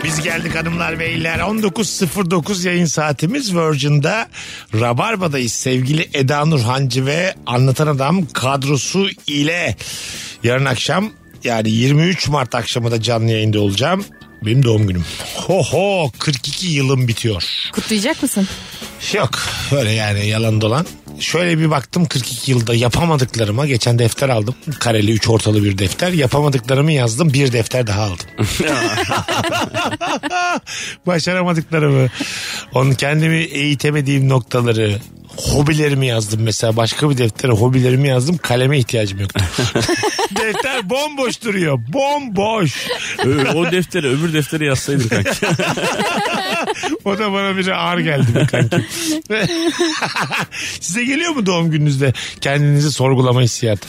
Speaker 1: Biz geldik hanımlar beyler. 19.09 yayın saatimiz Virgin'da Rabarba'dayız. Sevgili Eda Nur Hancı ve Anlatan Adam kadrosu ile yarın akşam yani 23 Mart akşamı da canlı yayında olacağım. Benim doğum günüm. Ho ho 42 yılım bitiyor.
Speaker 2: Kutlayacak mısın?
Speaker 1: Yok öyle yani yalan dolan. Şöyle bir baktım 42 yılda yapamadıklarıma geçen defter aldım. Kareli 3 ortalı bir defter. Yapamadıklarımı yazdım bir defter daha aldım. Başaramadıklarımı, onu kendimi eğitemediğim noktaları, hobilerimi yazdım mesela. Başka bir deftere hobilerimi yazdım. Kaleme ihtiyacım yoktu. defter bomboş duruyor. Bomboş.
Speaker 3: Ö- o deftere öbür deftere yazsaydın kanka.
Speaker 1: O da bana bir ağır geldi be kanki. Size geliyor mu doğum gününüzde kendinizi sorgulama hissiyatı?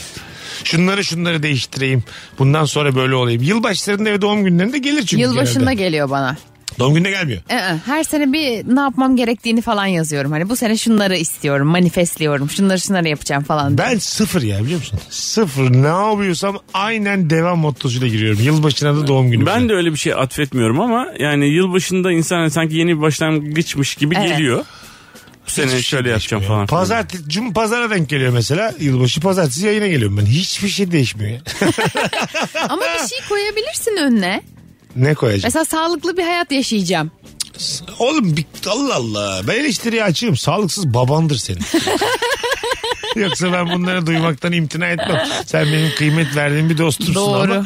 Speaker 1: Şunları şunları değiştireyim. Bundan sonra böyle olayım. Yılbaşlarında ve doğum günlerinde gelir çünkü.
Speaker 2: Yılbaşında
Speaker 1: genelde.
Speaker 2: geliyor bana.
Speaker 1: Doğum gününe gelmiyor.
Speaker 2: Ee, her sene bir ne yapmam gerektiğini falan yazıyorum. Hani bu sene şunları istiyorum, manifestliyorum. Şunları şunları yapacağım falan.
Speaker 1: Ben sıfır ya biliyor musun? Sıfır. Ne yapıyorsam aynen devam mottosuyla giriyorum. Yılbaşına da doğum günü.
Speaker 3: Ben de öyle bir şey atfetmiyorum ama yani yılbaşında insan sanki yeni bir başlangıçmış gibi
Speaker 2: Evet.
Speaker 3: geliyor. Bu sene şöyle yapacağım falan. filan.
Speaker 1: şey Pazartesi, cum pazara denk geliyor mesela. Yılbaşı pazartesi yayına geliyorum ben. Hiçbir şey değişmiyor. ya.
Speaker 2: Ama bir şey koyabilirsin önüne.
Speaker 1: ne koyacağım?
Speaker 2: Mesela sağlıklı bir hayat yaşayacağım.
Speaker 1: Oğlum bir- Allah Allah. Ben eleştiriye açığım. Sağlıksız babandır senin. Yoksa ben bunları duymaktan imtina etmem. Sen benim kıymet verdiğim bir dostumsun
Speaker 2: Doğru.
Speaker 1: ama.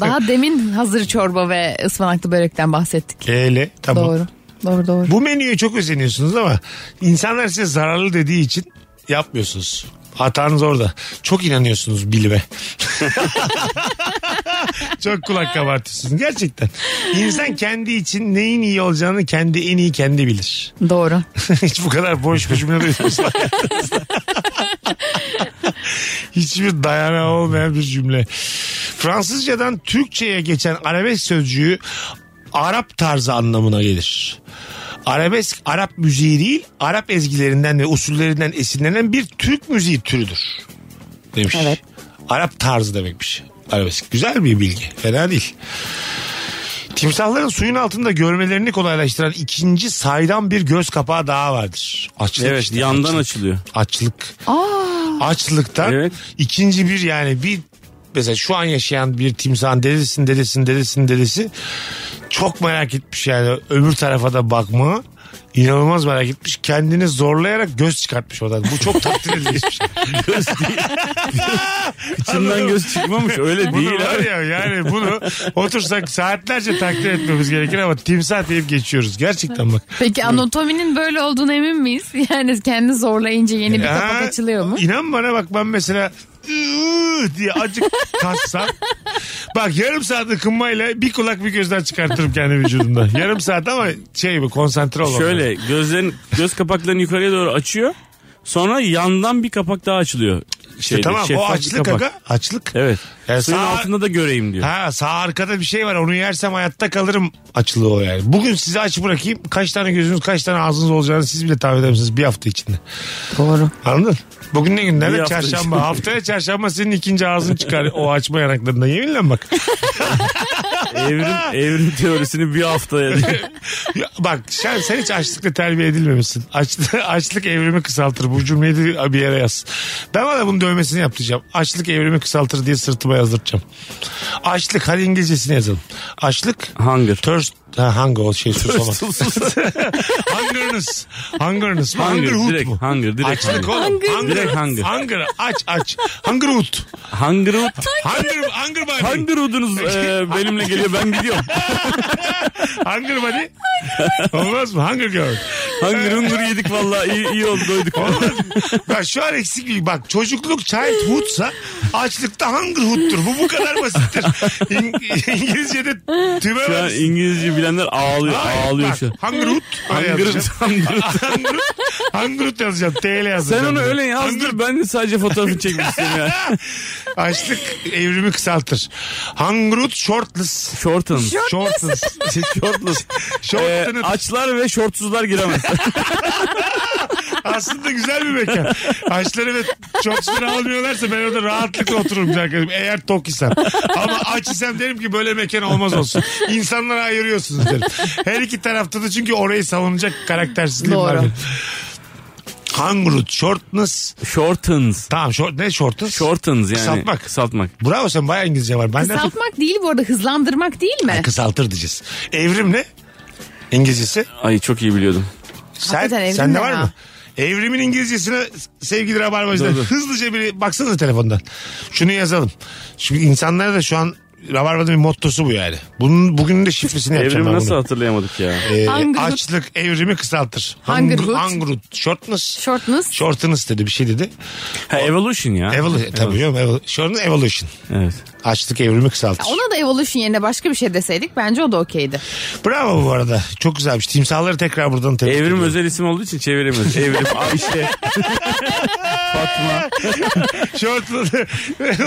Speaker 2: Daha demin hazır çorba ve ıspanaklı börekten bahsettik.
Speaker 1: Öyle tamam.
Speaker 2: Doğru. Doğru doğru.
Speaker 1: Bu menüye çok özeniyorsunuz ama insanlar size zararlı dediği için yapmıyorsunuz. Hatanız orada. Çok inanıyorsunuz bilime. çok kulak kabartıyorsunuz gerçekten. İnsan kendi için neyin iyi olacağını kendi en iyi kendi bilir.
Speaker 2: Doğru.
Speaker 1: Hiç bu kadar boş bir cümle duydunuz mu hayatınızda? Hiçbir dayanağı olmayan bir cümle. Fransızcadan Türkçe'ye geçen arabesk sözcüğü Arap tarzı anlamına gelir. Arabesk Arap müziği değil, Arap ezgilerinden ve usullerinden esinlenen bir Türk müziği türüdür. Demiş.
Speaker 2: Evet.
Speaker 1: Arap tarzı demekmiş. Arabesk. Güzel bir bilgi. Fena değil. Timsahların suyun altında görmelerini kolaylaştıran ikinci saydam bir göz kapağı daha vardır. Açlık
Speaker 3: Evet
Speaker 1: işte, şey.
Speaker 3: yandan
Speaker 1: açlık.
Speaker 3: açılıyor.
Speaker 1: Açlık.
Speaker 2: Aa,
Speaker 1: Açlıktan
Speaker 3: Evet.
Speaker 1: ikinci bir yani bir mesela şu an yaşayan bir timsahın dedesin dedesin dedesin dedesi çok merak etmiş yani öbür tarafa da bakma. İnanılmaz merak etmiş. Kendini zorlayarak göz çıkartmış oradan. Bu çok takdir şey. edilir.
Speaker 3: İçinden göz çıkmamış öyle
Speaker 1: Bunu
Speaker 3: değil
Speaker 1: var
Speaker 3: abi.
Speaker 1: ya yani bunu otursak saatlerce takdir etmemiz gerekir ama timsah deyip geçiyoruz. Gerçekten bak.
Speaker 2: Peki anatominin böyle olduğunu emin miyiz? Yani kendi zorlayınca yeni E, bir
Speaker 1: Ha,
Speaker 2: kapak açılıyor mu?
Speaker 1: İnan bana bak ben mesela "Iıı" diye acık kassam bak yarım saat ıkınmayla bir kulak bir gözden çıkartırım kendi vücudumdan. Yarım saat ama şey bu konsantre olmam. lazım.
Speaker 3: Şöyle gözlerin göz kapaklarını yukarıya doğru açıyor. Sonra yandan bir kapak daha açılıyor.
Speaker 1: İşte
Speaker 3: Şeyde,
Speaker 1: tamam o
Speaker 3: şeffaf bir
Speaker 1: açlık
Speaker 3: kapak.
Speaker 1: aga açlık.
Speaker 3: Evet.
Speaker 1: Yani
Speaker 3: Suyun
Speaker 1: sağ-
Speaker 3: altında da göreyim diyor.
Speaker 1: Ha sağ arkada bir şey var onu yersem hayatta kalırım açlığı o yani. Bugün sizi aç bırakayım kaç tane gözünüz kaç tane ağzınız olacağını siz bile tahmin edemezsiniz bir hafta içinde.
Speaker 2: Doğru.
Speaker 1: Anladın? Bugün ne gün?
Speaker 3: Bir
Speaker 1: Evet
Speaker 3: hafta
Speaker 1: çarşamba.
Speaker 3: içinde.
Speaker 1: Haftaya çarşamba senin ikinci ağzın çıkar o açma yanaklarından. Yeminle bak.
Speaker 3: Evrim, evrim teorisini bir haftaya.
Speaker 1: Ya bak sen, sen hiç açlıkla terbiye edilmemişsin. Açlık, açlık evrimi kısaltır. Bu cümleyi de bir yere yaz. Ben bana bunun dövmesini yaptıracağım. Açlık evrimi kısaltır diye sırtıma yazdıracağım. Açlık hadi İngilizcesini yazalım. Açlık.
Speaker 3: Hunger.
Speaker 1: Thirst. Ha, hangi o şey susamak.
Speaker 3: Sus, sus.
Speaker 1: Hungerness. Hungerness. mı?
Speaker 3: Hunger,
Speaker 1: Hungerhood
Speaker 3: direkt
Speaker 1: mu?
Speaker 3: hunger, direkt
Speaker 1: Açlık
Speaker 3: hunger.
Speaker 1: oğlum.
Speaker 2: Hunger.
Speaker 3: Direkt hunger.
Speaker 1: Hunger. Aç aç. Hungerhood.
Speaker 3: Hungerwood.
Speaker 1: Hunger, hunger body.
Speaker 3: Hungerwood'unuz e, benimle geliyor ben gidiyorum.
Speaker 1: Hunger body. Olmaz mı? Hunger girl.
Speaker 3: Hunger hunger yedik valla iyi, iyi oldu doyduk.
Speaker 1: Bak şu an eksik bir bak çocukluk childhood'sa açlıkta hungerhood'tur. Bu bu kadar basittir. İng- İngilizce'de tüme
Speaker 3: Şu an
Speaker 1: var.
Speaker 3: İngilizce bilenler ağlıyor
Speaker 1: Hayır,
Speaker 3: ağlıyor
Speaker 1: bak,
Speaker 3: şu an.
Speaker 1: Hungerhood.
Speaker 3: Hungerwood,
Speaker 1: Hungerhood.
Speaker 3: hungerwood.
Speaker 1: Hungerhood yazacağım. T ile yazacağım.
Speaker 3: Sen onu öyle
Speaker 1: Hungerhood.
Speaker 3: yazdır ben de sadece fotoğrafını çekmek istiyorum yani.
Speaker 1: Açlık evrimi kısaltır. Hungerhood shortless.
Speaker 3: Shortens.
Speaker 1: Shortless.
Speaker 3: Shortless. Ee,
Speaker 1: Shortless.
Speaker 3: açlar ve şortsuzlar giremez.
Speaker 1: Aslında güzel bir mekan. Açları ve çok sıra almıyorlarsa ben orada rahatlıkla otururum güzel kardeşim. Eğer tok isem. Ama aç isem derim ki böyle mekan olmaz olsun. İnsanlara ayırıyorsunuz derim. Her iki tarafta da çünkü orayı savunacak karaktersizliğim var.
Speaker 2: Doğru.
Speaker 1: benim. Hangrut, shortness.
Speaker 3: Shortens.
Speaker 1: Tamam short, ne shortness?
Speaker 3: Shortens yani.
Speaker 1: Kısaltmak.
Speaker 3: Kısaltmak.
Speaker 1: Bravo sen bayağı İngilizce var. Benden çok
Speaker 2: Kısaltmak değil bu arada hızlandırmak değil mi?
Speaker 1: kısaltır diyeceğiz. Evrim ne? İngilizcesi.
Speaker 3: Ay çok iyi biliyordum.
Speaker 2: Hakikaten
Speaker 1: Sen,
Speaker 2: evrim
Speaker 1: sende
Speaker 2: ne
Speaker 1: var
Speaker 2: ya?
Speaker 1: mı? Evrimin İngilizcesine sevgili Rabarbacılar
Speaker 3: Dur, dur.
Speaker 1: hızlıca bir baksanıza telefondan. Şunu yazalım. Şimdi insanlara da şu an Rabarba'nın bir mottosu bu yani. Bunun bugünün de şifresini yapacağım
Speaker 3: Evrimi
Speaker 1: ben
Speaker 3: nasıl
Speaker 1: bunu.
Speaker 3: hatırlayamadık ya?
Speaker 1: Ee,
Speaker 2: Hungerhood.
Speaker 1: açlık evrimi kısaltır.
Speaker 2: Hungerhood.
Speaker 1: Hung- Hungerhood. Shortness.
Speaker 2: Shortness.
Speaker 1: Shortness dedi bir şey dedi.
Speaker 3: Ha, evolution ya.
Speaker 1: Evol tabii canım. Evol Shortness evolution.
Speaker 3: Evet.
Speaker 1: Açlık evrimi kısaltır.
Speaker 2: Ona da evolution yerine başka bir şey deseydik bence o da okeydi.
Speaker 1: Bravo bu arada. Çok güzelmiş. Timsahları tekrar buradan tebrik
Speaker 3: Evrim
Speaker 1: ediyorum.
Speaker 3: özel isim olduğu için çeviremiyoruz. Evrim, Ayşe, Fatma.
Speaker 1: Shortness.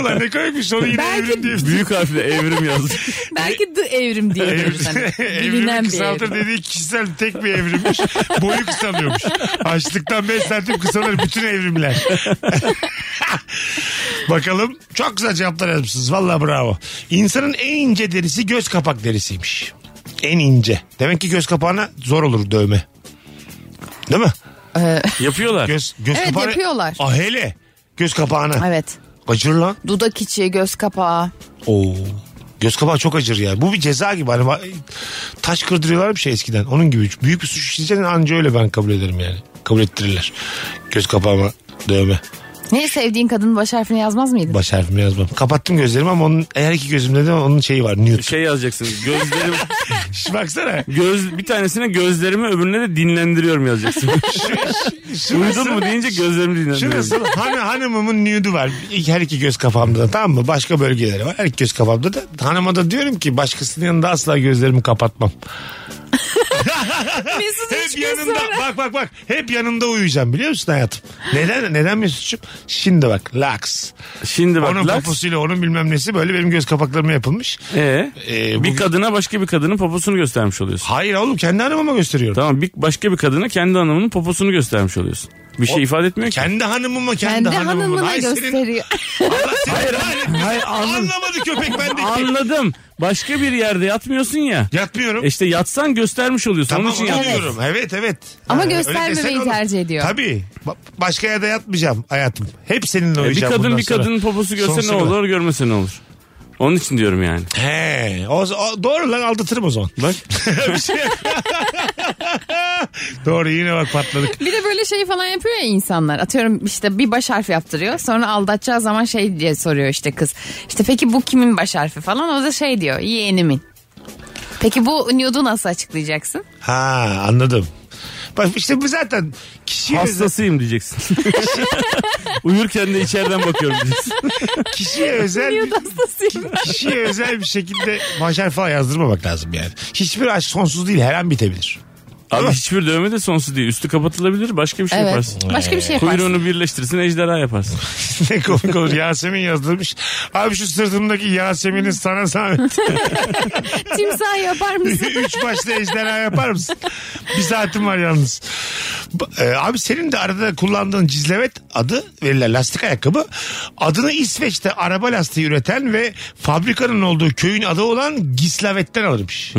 Speaker 1: Ulan ne koymuş sonra yine
Speaker 2: Belki-
Speaker 1: evrim diye.
Speaker 3: Büyük harfle evrim yazdık.
Speaker 2: Belki the evrim diyebiliriz. hani. Bilinen
Speaker 1: Evrimi
Speaker 2: bir
Speaker 1: kısaltır
Speaker 2: evrim.
Speaker 1: dediği kişisel tek bir evrimmiş. Boyu kısalıyormuş. Açlıktan 5 santim kısalır bütün evrimler. Bakalım. Çok güzel cevaplar yazmışsınız. Valla bravo. İnsanın en ince derisi göz kapak derisiymiş. En ince. Demek ki göz kapağına zor olur dövme. Değil mi?
Speaker 3: Yapıyorlar.
Speaker 1: Göz, göz
Speaker 2: Evet,
Speaker 1: kapağına...
Speaker 2: yapıyorlar.
Speaker 1: Ah hele. Göz kapağına.
Speaker 2: Evet.
Speaker 1: Acır lan.
Speaker 2: Dudak içi, göz kapağı.
Speaker 1: Oo. Göz kapağı çok acır ya. Bu bir ceza gibi. Hani va- taş kırdırıyorlar bir şey eskiden. Onun gibi. Büyük bir suç işleyeceksin anca öyle ben kabul ederim yani. Kabul ettirirler. Göz kapağıma dövme.
Speaker 2: Ne sevdiğin kadının baş harfini yazmaz mıydın?
Speaker 1: Baş harfimi yazmam. Kapattım gözlerimi ama onun her iki gözümde de onun şeyi var. Newt.
Speaker 3: Şey yazacaksın. Gözlerim,
Speaker 1: Şş, Baksana.
Speaker 3: göz, bir tanesine gözlerimi öbürüne de dinlendiriyorum yazacaksın. Uyudun mu deyince gözlerimi dinlendiriyorum.
Speaker 1: Şurası hani hanımımın nude'u var. İlk- Her iki göz kafamda da, tamam mı? Başka bölgeleri var. Her iki göz kafamda da. Hanıma da diyorum ki başkasının yanında asla gözlerimi kapatmam.
Speaker 2: Mesut üç
Speaker 1: Hep
Speaker 2: gün
Speaker 1: yanında
Speaker 2: sonra-
Speaker 1: bak bak bak hep yanında uyuyacağım biliyor musun hayatım? Neden neden Mesut'cum? Şimdi bak lax.
Speaker 3: Şimdi bak.
Speaker 1: Onun
Speaker 3: laks-
Speaker 1: poposuyla onun bilmem nesi böyle benim göz kapaklarıma yapılmış.
Speaker 3: Ee,
Speaker 1: Ee,
Speaker 3: bir
Speaker 1: bugün-
Speaker 3: kadına başka bir kadının poposunu göstermiş oluyorsun.
Speaker 1: Hayır oğlum kendi hanımıma gösteriyorum.
Speaker 3: Tamam bir başka bir kadına kendi hanımının poposunu göstermiş oluyorsun. Bir şey ifade etmiyor ki.
Speaker 1: Kendi hanımıma kendi,
Speaker 2: Kendi
Speaker 1: hanımıma.
Speaker 2: hanımına
Speaker 1: Ay senin-
Speaker 2: gösteriyor.
Speaker 1: Allah seni kahretmesin.
Speaker 3: hayır, anladım.
Speaker 1: Anlamadı köpek ben de.
Speaker 3: Anladım. Başka bir yerde yatmıyorsun ya.
Speaker 1: Yatmıyorum.
Speaker 3: E İşte yatsan göstermiş oluyorsun.
Speaker 1: Tamam
Speaker 3: Onun için E,
Speaker 1: onu
Speaker 3: yatmıyorum.
Speaker 1: diyorum. Evet evet. Ee,
Speaker 2: Ama
Speaker 1: öyle
Speaker 2: göstermemeyi
Speaker 1: desene oğlum.
Speaker 2: tercih ediyor.
Speaker 1: Tabii. Ba- başka yerde yatmayacağım hayatım. Hep seninle
Speaker 3: E, bir
Speaker 1: uyuyacağım.
Speaker 3: kadın
Speaker 1: bundan
Speaker 3: bir
Speaker 1: sonra.
Speaker 3: kadının poposu görse
Speaker 1: Sonsuza
Speaker 3: ne
Speaker 1: kadar.
Speaker 3: olur görmese ne olur. Onun için diyorum yani.
Speaker 1: He, o, o- doğru lan aldatırım o zaman.
Speaker 3: Bak
Speaker 1: Bir şey- Doğru yine bak patladık.
Speaker 2: Bir de böyle şey falan yapıyor ya insanlar. Atıyorum işte bir baş harfi yaptırıyor. Sonra aldatacağı zaman şey diye soruyor işte kız. İşte peki bu kimin baş harfi falan. O da şey diyor yeğenimin. Peki bu nude'u nasıl açıklayacaksın?
Speaker 1: Ha anladım. Bak işte bu zaten kişiye, özel,
Speaker 3: Hastasıyım diyeceksin. Uyurken de içeriden bakıyorum diyeceksin.
Speaker 1: kişiye özel bir-
Speaker 2: Nude hastasıyım.
Speaker 1: kişiye özel bir şekilde manşer falan yazdırmamak lazım yani. Hiçbir aşk sonsuz değil her an bitebilir.
Speaker 3: Abi hiçbir dövme de sonsuz değil. Üstü kapatılabilir başka bir şey
Speaker 2: Evet.
Speaker 3: yaparsın.
Speaker 2: Başka bir şey yaparsın.
Speaker 3: Kuyruğunu birleştirirsin ejderha yaparsın.
Speaker 1: ne komik olur. Yasemin yazdırmış. Abi şu sırtımdaki Yasemin'in sana zahmet.
Speaker 2: Timsah yapar mısın?
Speaker 1: Üç başlı ejderha yapar mısın? Bir saatim var yalnız. B- e, abi senin de arada kullandığın cizlevet adı verilen lastik ayakkabı. Adını İsveç'te araba lastiği üreten ve fabrikanın olduğu köyün adı olan Gislavet'ten alırmış.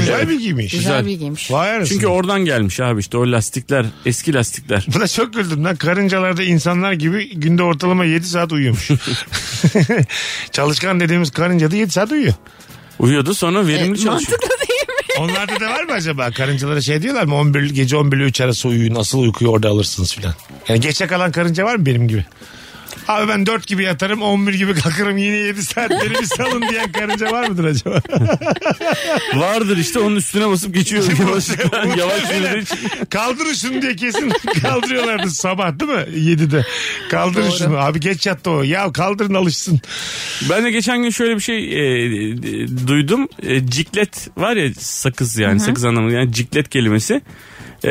Speaker 1: Güzel bilgiymiş.
Speaker 2: Güzel bilgiymiş.
Speaker 1: Vay anasını.
Speaker 3: Çünkü oradan gelmiş abi işte o lastikler eski lastikler.
Speaker 1: Buna çok güldüm lan. Karıncalarda insanlar gibi günde ortalama 7 saat uyuyormuş. Çalışkan dediğimiz karınca da 7 saat uyuyor.
Speaker 3: Uyuyordu sonra verimli çalışıyor.
Speaker 2: E, Mantıklı değil mi?
Speaker 1: Onlarda da var mı acaba? Karıncalara şey diyorlar mı? 11, gece 11 ile 3 arası uyuyun. Asıl uykuyu orada alırsınız filan. Yani geçe kalan karınca var mı benim gibi? Abi ben 4 gibi yatarım 11 gibi kalkarım yine 7 saat beni bir salın diyen karınca var mıdır acaba?
Speaker 3: Vardır işte onun üstüne basıp geçiyor. yavaş yavaş yürüdüğü için.
Speaker 1: Kaldırın şunu diye kesin kaldırıyorlardı sabah değil mi? 7'de. Kaldırın şunu. Abi geç yattı o. Ya kaldırın alışsın.
Speaker 3: Ben de geçen gün şöyle bir şey e, e, duydum. E, ciklet var ya sakız yani sakız anlamında yani ciklet kelimesi. E,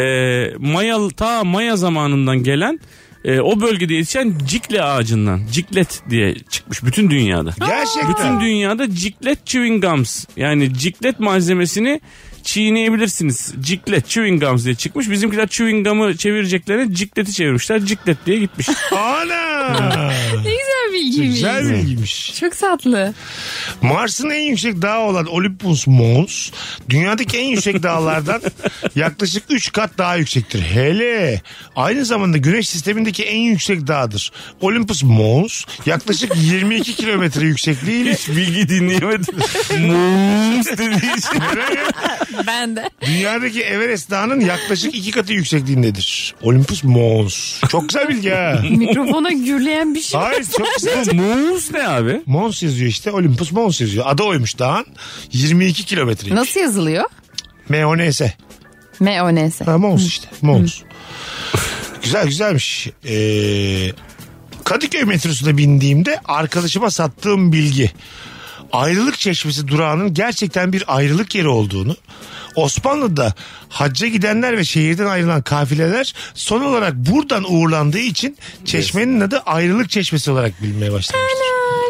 Speaker 3: Maya ta Maya zamanından gelen e, o bölgede yetişen cikle ağacından ciklet diye çıkmış bütün dünyada.
Speaker 1: Gerçekten.
Speaker 3: Bütün dünyada ciklet chewing gums yani ciklet malzemesini çiğneyebilirsiniz. Ciklet chewing gums diye çıkmış. Bizimkiler chewing gum'ı çevireceklerine cikleti çevirmişler. Ciklet diye gitmiş.
Speaker 1: Ana.
Speaker 2: Ne güzel bilgiymiş.
Speaker 1: Güzel bilgiymiş.
Speaker 2: Çok tatlı.
Speaker 1: Mars'ın en yüksek dağı olan Olympus Mons dünyadaki en yüksek dağlardan yaklaşık 3 kat daha yüksektir. Hele aynı zamanda güneş sistemindeki en yüksek dağdır. Olympus Mons yaklaşık 22 kilometre yüksekliğiyle
Speaker 3: Hiç bilgi dinleyemedim. Mums dediği için.
Speaker 2: Ben de.
Speaker 1: dünyadaki Everest dağının yaklaşık 2 katı yüksekliğindedir. Olympus Mons. Çok güzel bilgi ha.
Speaker 2: Mikrofona gürleyen bir şey.
Speaker 1: Hayır çok güzel.
Speaker 3: Muz ne abi?
Speaker 1: Mons yazıyor işte. Olympus Mons yazıyor. Adı oymuş dağın. 22 kilometre.
Speaker 2: Nasıl yazılıyor?
Speaker 1: M-O-N-S.
Speaker 2: M-O-N-S.
Speaker 1: Ha Mons işte. Mons. Güzel güzelmiş. Ee, Kadıköy metrosuna bindiğimde arkadaşıma sattığım bilgi. Ayrılık çeşmesi durağının gerçekten bir ayrılık yeri olduğunu, Osmanlı'da hacca gidenler ve şehirden ayrılan kafileler son olarak buradan uğurlandığı için çeşmenin adı ayrılık çeşmesi olarak bilinmeye başlamıştır.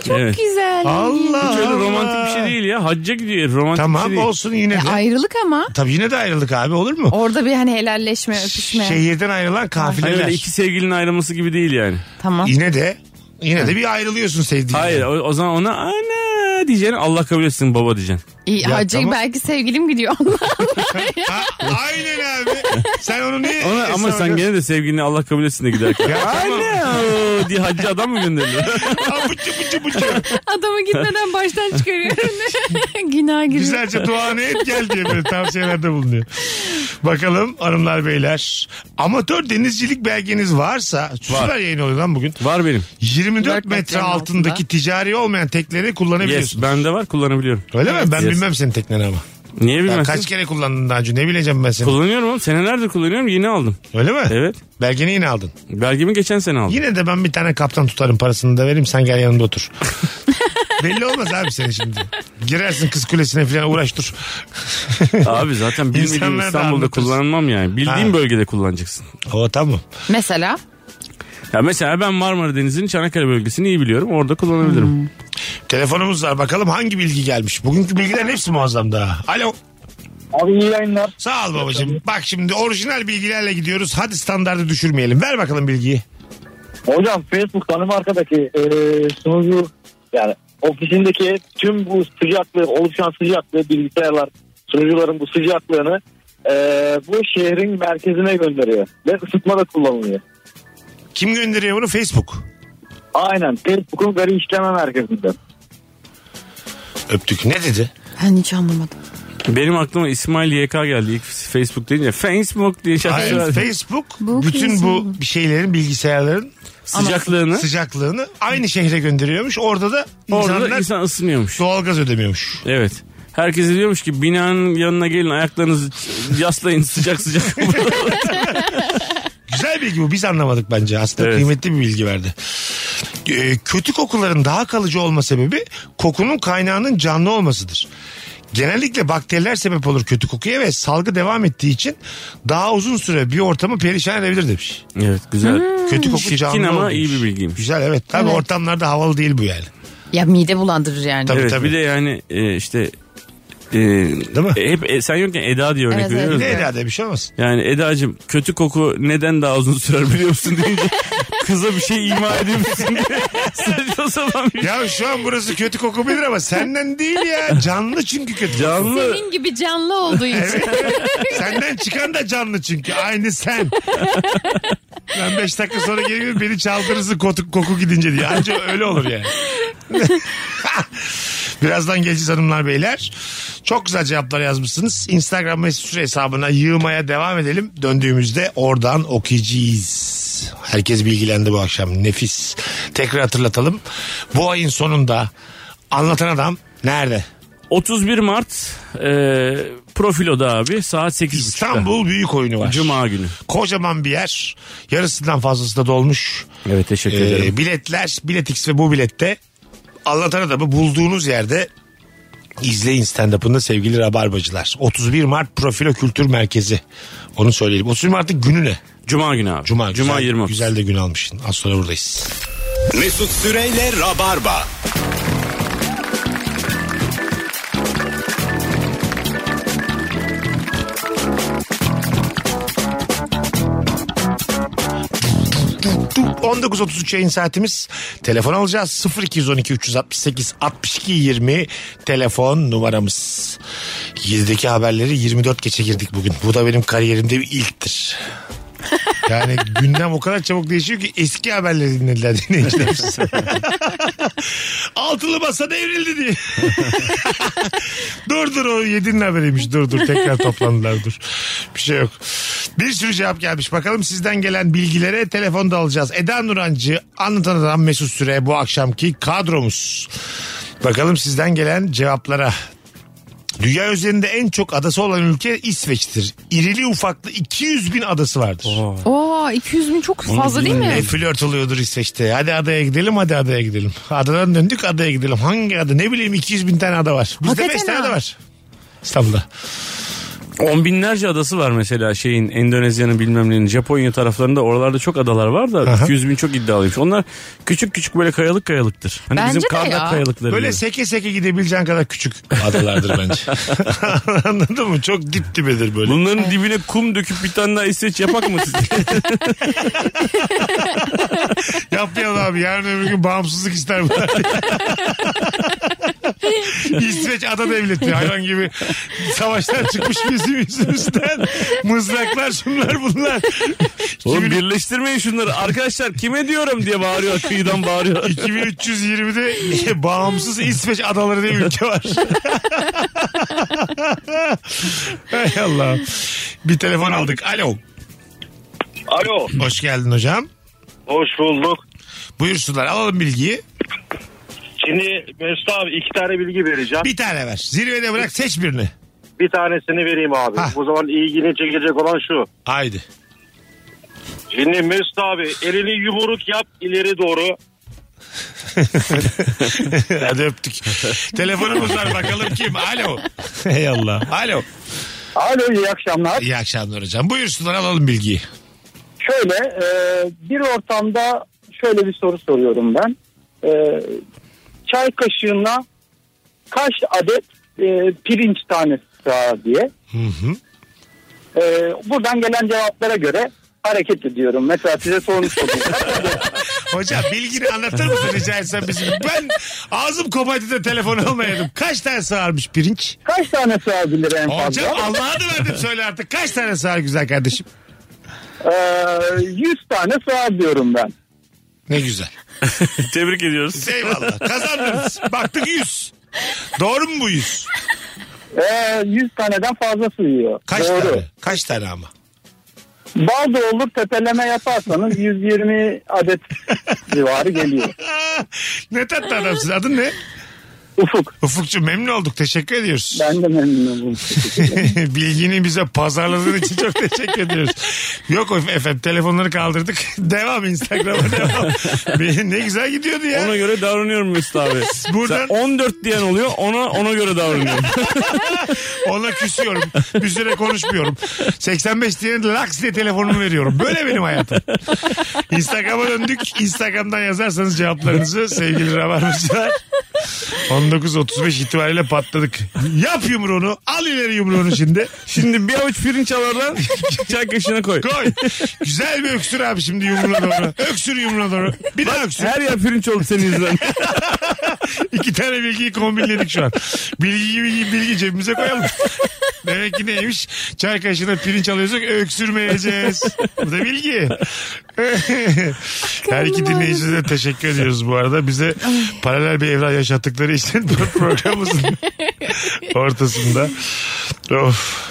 Speaker 2: Çok
Speaker 3: Evet.
Speaker 2: güzel.
Speaker 1: Allah
Speaker 3: Hiç öyle
Speaker 1: Allah.
Speaker 3: romantik bir şey değil ya. Hacca gidiyor romantik bir şey
Speaker 1: Tamam
Speaker 3: değil.
Speaker 1: olsun yine de.
Speaker 2: Ayrılık ama.
Speaker 1: Tabii yine de ayrılık abi olur mu?
Speaker 2: Orada bir hani helalleşme, öpüşme.
Speaker 1: Şehirden ayrılan
Speaker 3: Hani öyle
Speaker 1: kafileler.
Speaker 3: iki sevgilinin ayrılması gibi değil yani.
Speaker 2: Tamam.
Speaker 1: Yine de yine de bir ayrılıyorsun sevdiğinden.
Speaker 3: Hayır o, o zaman ona ana diyeceksin Allah kabul etsin baba diyeceksin.
Speaker 2: İyi,
Speaker 1: Ya
Speaker 2: hacı
Speaker 1: tamam.
Speaker 2: belki sevgilim gidiyor. Allah Allah ya.
Speaker 1: Ha, aynen abi. Sen onu niye?
Speaker 3: Ona, ama sen gene de sevgilini Allah kabul etsin de giderken.
Speaker 1: Ya tamam.
Speaker 3: Ana o diye hacı adam mı gönderiliyor?
Speaker 1: Ha, bıçı bıçı bıçı.
Speaker 2: Adamı gitmeden baştan çıkarıyorum. Günah giriyor.
Speaker 1: Güzelce duanı et gel diye böyle tavsiyelerde bulunuyor. Bakalım hanımlar beyler. Amatör denizcilik belgeniz varsa süper yayın oluyor lan bugün.
Speaker 3: Var benim.
Speaker 1: 24
Speaker 2: Dört
Speaker 1: metre
Speaker 2: metrenin
Speaker 1: altındaki
Speaker 2: altında.
Speaker 1: ticari olmayan tekneleri
Speaker 3: Yes
Speaker 1: kullanabiliyorsun.
Speaker 3: bende var kullanabiliyorum.
Speaker 1: Öyle mi? Ben
Speaker 3: Yes.
Speaker 1: bilmem senin tekneni ama.
Speaker 3: Niye
Speaker 1: Ya
Speaker 3: bilmezsin?
Speaker 1: kaç kere kullandın daha önce ne bileceğim ben seni.
Speaker 3: Kullanıyorum oğlum senelerdir kullanıyorum yeni aldım.
Speaker 1: Öyle mi?
Speaker 3: Evet.
Speaker 1: Belgeni yine aldın.
Speaker 3: Belgemi geçen sene aldım.
Speaker 1: Yine de ben bir tane kaptan tutarım parasını da veririm sen gel yanımda otur. Belli olmaz abi sen şimdi. Girersin kız kulesine falan uğraş dur.
Speaker 3: Abi zaten bilmediğim
Speaker 1: İnsanlara da
Speaker 3: İstanbul'da
Speaker 1: anlatırsın.
Speaker 3: kullanmam yani. Bildiğim
Speaker 1: Ha.
Speaker 3: bölgede kullanacaksın.
Speaker 1: O tamam.
Speaker 2: Mesela
Speaker 3: Ya mesela ben Marmara Denizi'nin Çanakkale bölgesini iyi biliyorum. Orada kullanabilirim.
Speaker 1: Telefonumuz var bakalım hangi bilgi gelmiş. Bugünkü bilgilerin hepsi muazzam daha. Alo.
Speaker 6: Abi iyi yayınlar.
Speaker 1: Sağ ol babacığım. Bak şimdi orijinal bilgilerle gidiyoruz. Hadi standartı düşürmeyelim. Ver bakalım bilgiyi.
Speaker 6: Hocam Facebook Danimarka'daki e, sunucu yani ofisindeki tüm bu sıcaklığı oluşan sıcaklığı bilgisayarlar sunucuların bu sıcaklığını e, bu şehrin merkezine gönderiyor ve ısıtma da kullanılıyor.
Speaker 1: Kim gönderiyor bunu? Facebook.
Speaker 6: Aynen Facebook'un veri işleme merkezinde.
Speaker 1: Öptük. Ne dedi?
Speaker 2: ben hiç anlamadım.
Speaker 3: Benim aklıma İsmail YK geldi ilk Facebook deyince. Facebook diye şarkı
Speaker 1: Hayır,
Speaker 3: söyledi.
Speaker 1: Facebook
Speaker 2: Bu
Speaker 1: bütün bu
Speaker 2: kesin.
Speaker 1: bir şeylerin bilgisayarların
Speaker 3: Sıcaklığını
Speaker 1: sıcaklığını aynı şehre gönderiyormuş. Orada da
Speaker 3: orada da
Speaker 1: insanlar
Speaker 3: insan ısınıyormuş.
Speaker 1: doğalgaz ödemiyormuş.
Speaker 3: Evet. Herkes diyormuş ki binanın yanına gelin ayaklarınızı ç- yaslayın sıcak sıcak.
Speaker 1: Güzel bilgi bu. Biz anlamadık bence. Aslında
Speaker 3: Evet.
Speaker 1: kıymetli bir bilgi verdi. Ee, kötü kokuların daha kalıcı olma sebebi kokunun kaynağının canlı olmasıdır. Genellikle bakteriler sebep olur kötü kokuya ve salgı devam ettiği için daha uzun süre bir ortamı perişan edebilir demiş.
Speaker 3: evet güzel.
Speaker 1: Kötü koku
Speaker 3: Çirkin
Speaker 1: canlı
Speaker 3: ama
Speaker 1: olduğu
Speaker 3: iyi
Speaker 1: için.
Speaker 3: bir bilgiymiş.
Speaker 1: Güzel evet. Tabii ortamlarda havalı değil bu yani.
Speaker 2: Ya mide bulandırır yani.
Speaker 1: Tabii.
Speaker 3: evet bir de yani e, işte e,
Speaker 1: mi?
Speaker 3: hep e, sen yokken Eda diye örnek
Speaker 2: Evet, evet.
Speaker 3: veriyoruz.
Speaker 1: Ne
Speaker 3: da.
Speaker 1: herhalde bir şey olmaz.
Speaker 3: Yani Eda'cığım kötü koku neden daha uzun sürer biliyor musun deyince kıza bir şey ima ediyor musun diye saçma sapan bir
Speaker 1: Ya şu an burası kötü kokabilir ama senden değil ya. Canlı çünkü kötü.
Speaker 3: canlı
Speaker 2: Senin gibi canlı olduğu için.
Speaker 1: Senden çıkan da canlı çünkü. Aynı sen. Ben 5 dakika sonra geliyorum beni çaldırırsın koku, koku gidince diye. Anca öyle olur yani. Birazdan geleceğiz hanımlar beyler. Çok güzel cevaplar yazmışsınız. Instagram mesut süre hesabına yığmaya devam edelim. Döndüğümüzde oradan okuyacağız. Herkes bilgilendi bu akşam. Nefis. Tekrar hatırlatalım. Bu ayın sonunda anlatan adam nerede?
Speaker 3: 31 Mart e, profiloda abi saat 8.30'da.
Speaker 1: İstanbul büyük oyunu var.
Speaker 3: Cuma günü.
Speaker 1: Kocaman bir yer. Yarısından fazlası da dolmuş.
Speaker 3: Evet teşekkür ederim.
Speaker 1: Ee, biletler, biletix ve bu bilette anlatan adamı bulduğunuz yerde izleyin stand-up'ını sevgili rabarbacılar. 31 Mart Profilo Kültür Merkezi. Onu söyleyelim. 31 Mart'ın günü ne?
Speaker 3: Cuma günü abi.
Speaker 1: Cuma.
Speaker 3: Cuma
Speaker 1: güzel,
Speaker 3: 20.
Speaker 1: Güzel de gün almışsın. Az sonra buradayız.
Speaker 5: Mesut Süreyle Rabarba.
Speaker 1: Tu- 19.33 yayın saatimiz. Telefon alacağız. 0212 368 62 20 telefon numaramız. 7'deki haberleri 24 geçe girdik bugün. Bu da benim kariyerimde bir ilktir. Yani gündem o kadar çabuk değişiyor ki eski haberleri dinlediler dinleyiciler. Altılı masa devrildi diye. dur dur o yedinin haberiymiş dur dur tekrar toplandılar dur. Bir şey yok. Bir sürü cevap gelmiş bakalım sizden gelen bilgilere telefonda alacağız. Eda Nurancı anlatan adam Mesut Süre bu akşamki kadromuz. Bakalım sizden gelen cevaplara. Dünya üzerinde en çok adası olan ülke İsveç'tir. İrili ufaklı 200 bin adası vardır.
Speaker 2: Oo 200 bin çok fazla değil mi?
Speaker 1: E, flört oluyordur İsveç'te. Hadi adaya gidelim hadi adaya gidelim. Adadan döndük adaya gidelim. Hangi ada ne bileyim 200 bin tane ada var. Bizde
Speaker 2: Hakikaten
Speaker 1: 5 tane
Speaker 2: ha.
Speaker 1: ada var. İstanbul'da.
Speaker 3: On binlerce adası var mesela şeyin Endonezya'nın bilmem nenin Japonya taraflarında oralarda çok adalar var da 200 bin çok iddialıymış. Onlar küçük küçük böyle kayalık kayalıktır. Hani
Speaker 2: Bence
Speaker 3: bizim
Speaker 2: de
Speaker 3: karnak
Speaker 2: ya.
Speaker 3: kayalıkları.
Speaker 1: Böyle
Speaker 3: gibi.
Speaker 1: seke seke gidebileceğin kadar küçük adalardır bence. Anladın mı? Çok dip dibedir böyle.
Speaker 3: Bunların dibine kum döküp bir tane daha İsveç yapak mı siz?
Speaker 1: Yapmayalım abi. Yarın öbür gün bağımsızlık ister bunlar. İsveç ada devleti hayvan gibi savaşlar çıkmış bizim yüzümüzden. Mızraklar şunlar bunlar.
Speaker 3: Oğlum
Speaker 1: 2000
Speaker 3: birleştirmeyin şunları. Arkadaşlar kime diyorum diye bağırıyor. Kıyıdan bağırıyor.
Speaker 1: 2320'de bağımsız İsveç adaları diye bir ülke var. Hay Allah. Bir telefon aldık. Alo.
Speaker 4: Alo
Speaker 1: Hoş geldin hocam.
Speaker 4: hoş bulduk.
Speaker 1: Buyursunlar alalım bilgiyi.
Speaker 4: Şimdi Mesut abi iki tane bilgi vereceğim.
Speaker 1: Bir tane ver. Zirvede bırak seç birini.
Speaker 4: Bir tanesini vereyim abi.
Speaker 1: Ha.
Speaker 4: O zaman ilgini çekecek olan şu.
Speaker 1: Haydi.
Speaker 4: Şimdi Mesut abi elini yumruk yap ileri doğru.
Speaker 1: Hadi öptük. Telefonumuz var bakalım kim? Alo. Hey Allah. Alo.
Speaker 6: Alo iyi akşamlar.
Speaker 1: İyi akşamlar hocam. Buyursunlar alalım bilgiyi.
Speaker 6: Şöyle e, bir ortamda şöyle bir soru soruyorum ben. E, çay kaşığına kaç adet e, pirinç tanesi sığar diye. E, buradan gelen cevaplara göre hareket ediyorum. Mesela size sorunu soruyorum.
Speaker 1: Hocam bilgini anlatır mısın rica etsem bizim? Ben ağzım kopaydı da telefon almayalım. Kaç tane sığarmış pirinç?
Speaker 6: kaç tane sığabilir en fazla?
Speaker 1: Hocam Allah'a da verdim söyle artık. Kaç tane sığar güzel kardeşim?
Speaker 6: E, 100 tane sığar diyorum ben.
Speaker 1: Ne güzel.
Speaker 3: Tebrik ediyoruz.
Speaker 1: Eyvallah. Kazandınız. Baktık 100. Doğru mu bu 100?
Speaker 6: e, 100 taneden fazlası yiyor.
Speaker 1: Kaç
Speaker 6: Doğru.
Speaker 1: tane? Kaç tane ama?
Speaker 6: Bal da olur tepeleme yaparsanız 120 adet civarı geliyor.
Speaker 1: Ah, ne tatlı adamsın. Adın ne?
Speaker 6: Ufuk
Speaker 1: Ufukcu memnun olduk. Teşekkür ediyoruz.
Speaker 6: ben de memnunum.
Speaker 1: Bilgini bize pazarladığın için çok teşekkür ediyoruz. Yok of- efendim telefonları kaldırdık. Devam Instagram'a devam. Bir- ne güzel gidiyordu ya.
Speaker 3: Ona göre davranıyorum Mesut abi.
Speaker 1: Buradan-
Speaker 3: Sen 14 diyen oluyor ona ona göre davranıyorum.
Speaker 1: Ona küsüyorum. Bir süre konuşmuyorum. 85 diye laks diye telefonumu veriyorum. Böyle benim hayatım. Instagram'a döndük. Instagram'dan yazarsanız cevaplarınızı sevgili Rabarbacılar. 19.35 itibariyle patladık. Yap yumruğunu. Al ileri yumruğunu şimdi.
Speaker 3: Şimdi bir avuç pirinç alırlar çay kaşığına koy.
Speaker 1: Koy. Güzel bir öksür abi şimdi yumruğuna doğru. Öksür yumruğuna doğru. Bir daha öksür.
Speaker 3: Her yer pirinç oldu senin yüzünden.
Speaker 1: İki tane bilgiyi kombinledik şu an. Bilgi bilgi, bilgi cebimize koyalım. Demek ki neymiş? Çay kaşığına pirinç alıyorsak öksürmeyeceğiz. Bu da bilgi. Her iki dinleyicimize de teşekkür ediyoruz bu arada. Bize paralel bir evren yaşattıkları için bu programımızın ortasında. Of.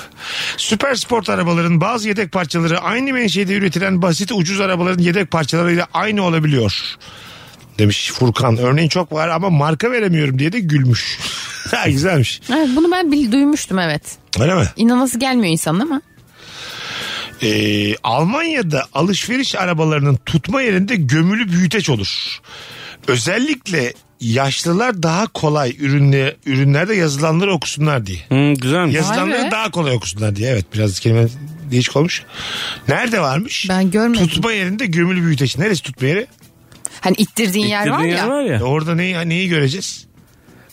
Speaker 1: Süper sport arabaların bazı yedek parçaları aynı menşeide üretilen basit ucuz arabaların yedek parçalarıyla aynı olabiliyor demiş Furkan. Örneğin çok var ama marka veremiyorum diye de gülmüş. ha güzelmiş.
Speaker 2: Evet, bunu ben bil, duymuştum evet.
Speaker 1: Öyle mi?
Speaker 2: İnanası gelmiyor insan ama.
Speaker 1: Ee, Almanya'da alışveriş arabalarının tutma yerinde gömülü büyüteç olur. Özellikle yaşlılar daha kolay ürünle, ürünlerde yazılanları okusunlar diye.
Speaker 3: Hmm, güzelmiş.
Speaker 1: Yazılanları
Speaker 2: be.
Speaker 1: daha kolay okusunlar diye. Evet biraz kelime değişik olmuş. Nerede varmış?
Speaker 2: Ben görmedim.
Speaker 1: Tutma yerinde gömülü büyüteç. Neresi tutma yeri? E,
Speaker 2: Hani ittirdiğin yer var
Speaker 3: İttirdiğin
Speaker 2: ya.
Speaker 3: yer var ya.
Speaker 1: Orada neyi, neyi göreceğiz?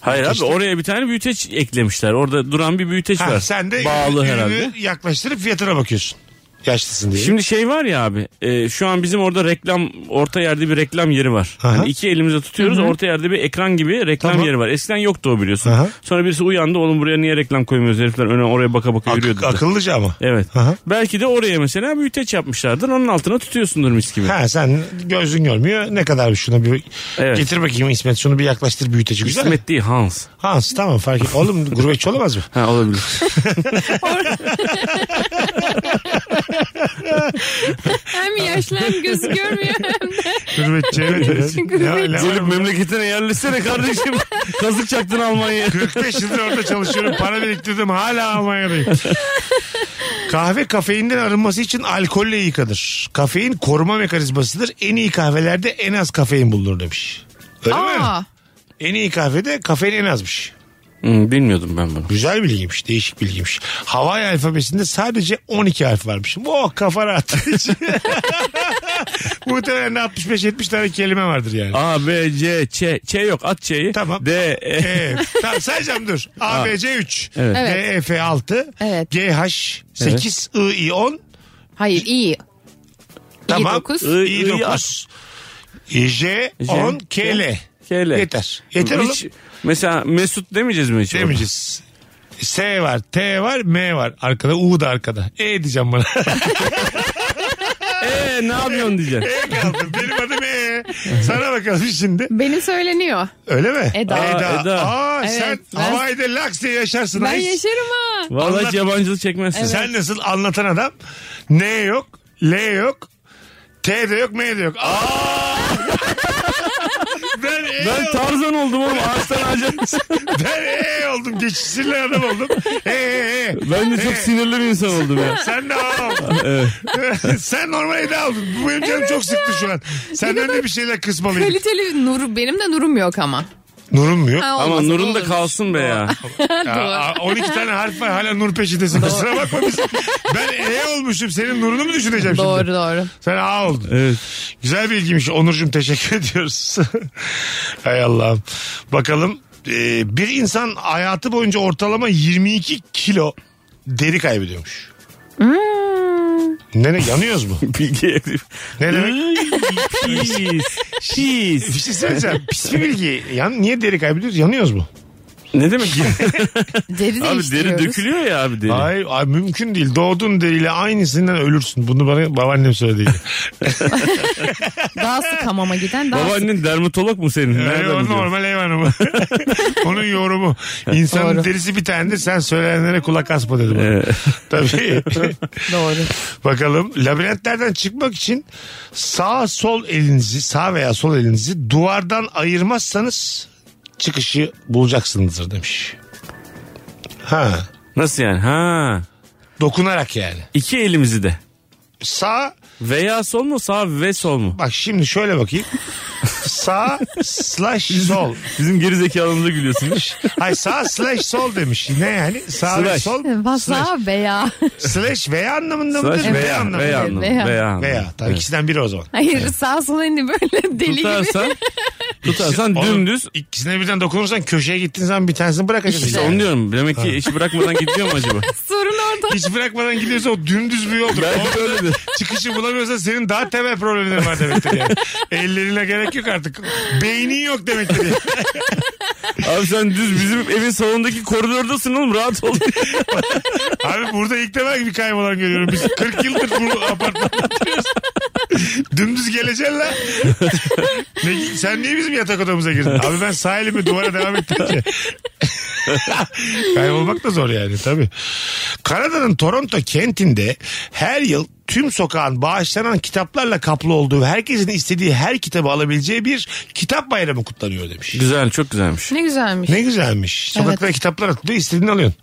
Speaker 3: Hayır abi
Speaker 1: İşte.
Speaker 3: oraya bir tane büyüteç eklemişler. Orada duran bir büyüteç
Speaker 1: Ha,
Speaker 3: var.
Speaker 1: sen de
Speaker 3: Bağlı
Speaker 1: ürünü
Speaker 3: herhalde.
Speaker 1: yaklaştırıp fiyatına bakıyorsun. Yaşlısın diye.
Speaker 3: Şimdi şey var ya abi e, şu an bizim orada reklam orta yerde bir reklam yeri var.
Speaker 1: Aha.
Speaker 3: Hani iki elimizle tutuyoruz orta yerde bir ekran gibi reklam
Speaker 1: Tamam.
Speaker 3: yeri var. Eskiden yoktu o biliyorsun.
Speaker 1: Aha.
Speaker 3: Sonra birisi uyandı oğlum buraya niye reklam koymuyoruz herifler öne oraya baka baka
Speaker 1: Ak-
Speaker 3: yürüyordu. da.
Speaker 1: akıllıca ama.
Speaker 3: Evet.
Speaker 1: Aha.
Speaker 3: Belki de oraya mesela büyüteç yapmışlardır. Onun altına tutuyorsundur mis gibi.
Speaker 1: Ha sen gözün görmüyor. Ne kadar bir şuna bir
Speaker 3: Evet.
Speaker 1: getir bakayım İsmet şunu bir yaklaştır büyüteci güzel. İsmet.
Speaker 3: İsmet değil Hans.
Speaker 1: Hans tamam fark et. Oğlum gurbetçi olamaz mı?
Speaker 3: Ha olabilir.
Speaker 2: Hem yaşlı hem gözü görmüyor hem de.
Speaker 1: Gurbetçi evet. evet.
Speaker 2: Gurbetçi.
Speaker 1: Ne- ne var bunda?
Speaker 3: memleketine yerleşsene kardeşim. Kazık çaktın Almanya'ya.
Speaker 1: 45 yıldır orada çalışıyorum. Para biriktirdim. Hala Almanya'dayım. Kahve kafeinden arınması için alkolle yıkanır. Kafein koruma mekanizmasıdır. En iyi kahvelerde en az kafein bulunur demiş. Öyle mi?
Speaker 2: Aa,
Speaker 1: En iyi kahvede kafein en azmış.
Speaker 3: Hmm, bilmiyordum ben bunu.
Speaker 1: Güzel bilgiymiş. Değişik bilgiymiş. Havai alfabesinde sadece 12 harf varmış. Oh kafa rahat. Muhtemelen 65-70 tane kelime vardır yani.
Speaker 3: A, B, C, Ç. Ç yok at Ç'yi.
Speaker 1: Tamam.
Speaker 3: D, E.
Speaker 1: E, tamam sayacağım dur. A, B, C 3.
Speaker 3: Evet.
Speaker 1: D, E, F 6.
Speaker 2: Evet.
Speaker 1: G, H 8. I, I 10.
Speaker 2: hayır iyi.
Speaker 1: Tamam.
Speaker 2: dokuz.
Speaker 3: E, I,
Speaker 1: I,
Speaker 3: I,
Speaker 1: 9. J, 10. K, L.
Speaker 3: K, L.
Speaker 1: Yeter. Yeter oğlum.
Speaker 3: Hiç- mesela Mesut demeyeceğiz mi hiç?
Speaker 1: Demeyeceğiz. S var, T var, M var. Arkada U da arkada. E diyeceğim bana.
Speaker 3: Eee ne yapıyorsun diyeceksin.
Speaker 1: E kaldı. Benim adım E. Sana bakalım şimdi.
Speaker 2: Benim söyleniyor.
Speaker 1: Öyle mi?
Speaker 2: Eda.
Speaker 1: Aa, Eda.
Speaker 3: Eda.
Speaker 1: Aa,
Speaker 2: Evet,
Speaker 1: sen
Speaker 2: ben-
Speaker 1: Hawaii'de laks diye yaşarsın.
Speaker 2: Ben
Speaker 1: Ay,
Speaker 2: yaşarım ha.
Speaker 3: Vallahi
Speaker 1: Anlat.
Speaker 3: hiç yabancılık çekmezsin.
Speaker 1: Sen nasıl anlatan adam? N yok, L yok, T de yok, M de yok. Aa! ben E
Speaker 3: Ben
Speaker 1: oldum.
Speaker 3: Tarzan oldum oğlum ağaçtan ağaca.
Speaker 1: Ben E oldum. Geçişirli adam oldum. E, E, E.
Speaker 3: Ben de çok sinirli bir insan oldum ya.
Speaker 1: Sen de A oldun. Sen normal Eda oldun. Bu benim canım çok sıktı şu an. Senden de bir şeyler kısmalıyım.
Speaker 2: Kaliteli nuru benim de nurum yok ama.
Speaker 1: Nurum mu yok?
Speaker 2: Ha,
Speaker 3: Ama
Speaker 2: olmaz,
Speaker 3: Nur'un da
Speaker 2: olur.
Speaker 3: kalsın be ya.
Speaker 1: Ya, a- 12 tane harf var hala nur peşindesin kusura bakma biz. Ben E olmuşum senin nurunu mu düşüneceğim
Speaker 2: Doğru
Speaker 1: şimdi?
Speaker 2: doğru.
Speaker 1: Sen A oldun.
Speaker 3: Evet.
Speaker 1: Güzel bilgiymiş Onurcuğum teşekkür ediyoruz. Hay Allah'ım. Bakalım e, bir insan hayatı boyunca ortalama 22 kilo deri kaybediyormuş. Ne ne yanıyoruz mu?
Speaker 3: Bilgiye
Speaker 1: Ne demek?
Speaker 3: Pis. Pis.
Speaker 1: Bir şey söyleyeceğim. Pis bir bilgi. Yan, niye deri kaybediyoruz? Yanıyoruz mu?
Speaker 3: Ne demek ya?
Speaker 2: Deri
Speaker 3: abi deri
Speaker 2: değiştiriyoruz.
Speaker 3: dökülüyor ya abi deri.
Speaker 1: Hayır, ay, mümkün değil. Doğduğun deriyle aynısından ölürsün. Bunu bana babaannem söyledi.
Speaker 2: Daha sık hamama giden daha sık.
Speaker 3: Babaannen dermatolog mu senin?
Speaker 1: Yani
Speaker 3: Nereden
Speaker 1: o
Speaker 3: biliyorsun?
Speaker 1: normal ev hanımı. Onun yorumu. İnsanın derisi bir tanedir. Sen söylenenlere kulak asma dedi bana.
Speaker 3: Ee,
Speaker 1: Tabii.
Speaker 2: Doğru.
Speaker 1: Bakalım. Labirentlerden çıkmak için sağ sol elinizi sağ veya sol elinizi duvardan ayırmazsanız çıkışı bulacaksınızdır demiş. Ha.
Speaker 3: Nasıl yani? Ha.
Speaker 1: Dokunarak yani.
Speaker 3: İki elimizi de.
Speaker 1: Sağ
Speaker 3: Veya sol mu sağ ve sol mu?
Speaker 1: bak şimdi şöyle bakayım. sağ slash sol.
Speaker 3: Bizim geri zekalımıza gülüyorsunuz.
Speaker 1: Hayır sağ slash sol demiş. Ne yani? Sağ ve
Speaker 3: Slash.
Speaker 1: sol. Slash,
Speaker 2: Fazla be ya.
Speaker 1: slash veya anlamında mıdır?
Speaker 3: Slash
Speaker 1: veya
Speaker 3: veya.
Speaker 1: anlamında.
Speaker 3: Veya
Speaker 1: Veya.
Speaker 3: anlamı.
Speaker 2: Veya.
Speaker 3: Veya. anlamı.
Speaker 1: Tabii ikisinden biri o zaman.
Speaker 2: Hayır sağ sol elini böyle deli gibi.
Speaker 3: Tutarsan, tutarsan
Speaker 1: Oğlum,
Speaker 3: dümdüz.
Speaker 1: İkisine birden dokunursan köşeye gittiğin zaman bir tanesini bırakacaksın.
Speaker 3: İşte
Speaker 1: yani.
Speaker 3: onu diyorum. Demek ki işi bırakmadan gidiyor mu acaba?
Speaker 2: Sorun orada.
Speaker 1: Hiç bırakmadan gidiyorsa o dümdüz bir yoldur. Orada
Speaker 3: Belki öyledir.
Speaker 1: çıkışı bulamıyorsan senin daha temel problemlerin var demektir yani. Ellerine gerek yok artık. Beynin yok demektir. yani.
Speaker 3: Abi sen düz bizim evin salonundaki koridordasın oğlum rahat ol.
Speaker 1: Abi burada ilk defa bir kaybolan görüyorum. Biz 40 yıldır bu apartmanda oturuyoruz. Dümdüz geleceksin lan. Ne- sen niye bizim yatak odamıza girdin? Abi ben sağ elimi duvara devam ettikçe. Kaybolmak da zor yani tabii. Kanada'nın Toronto kentinde her yıl tüm sokağın bağışlanan kitaplarla kaplı olduğu ve herkesin istediği her kitabı alabileceği bir kitap bayramı kutlanıyor demiş.
Speaker 3: Güzel çok güzelmiş.
Speaker 2: Ne güzelmiş.
Speaker 1: Ne güzelmiş. Sokaklara kitaplar atılıyor istediğini alıyorsun.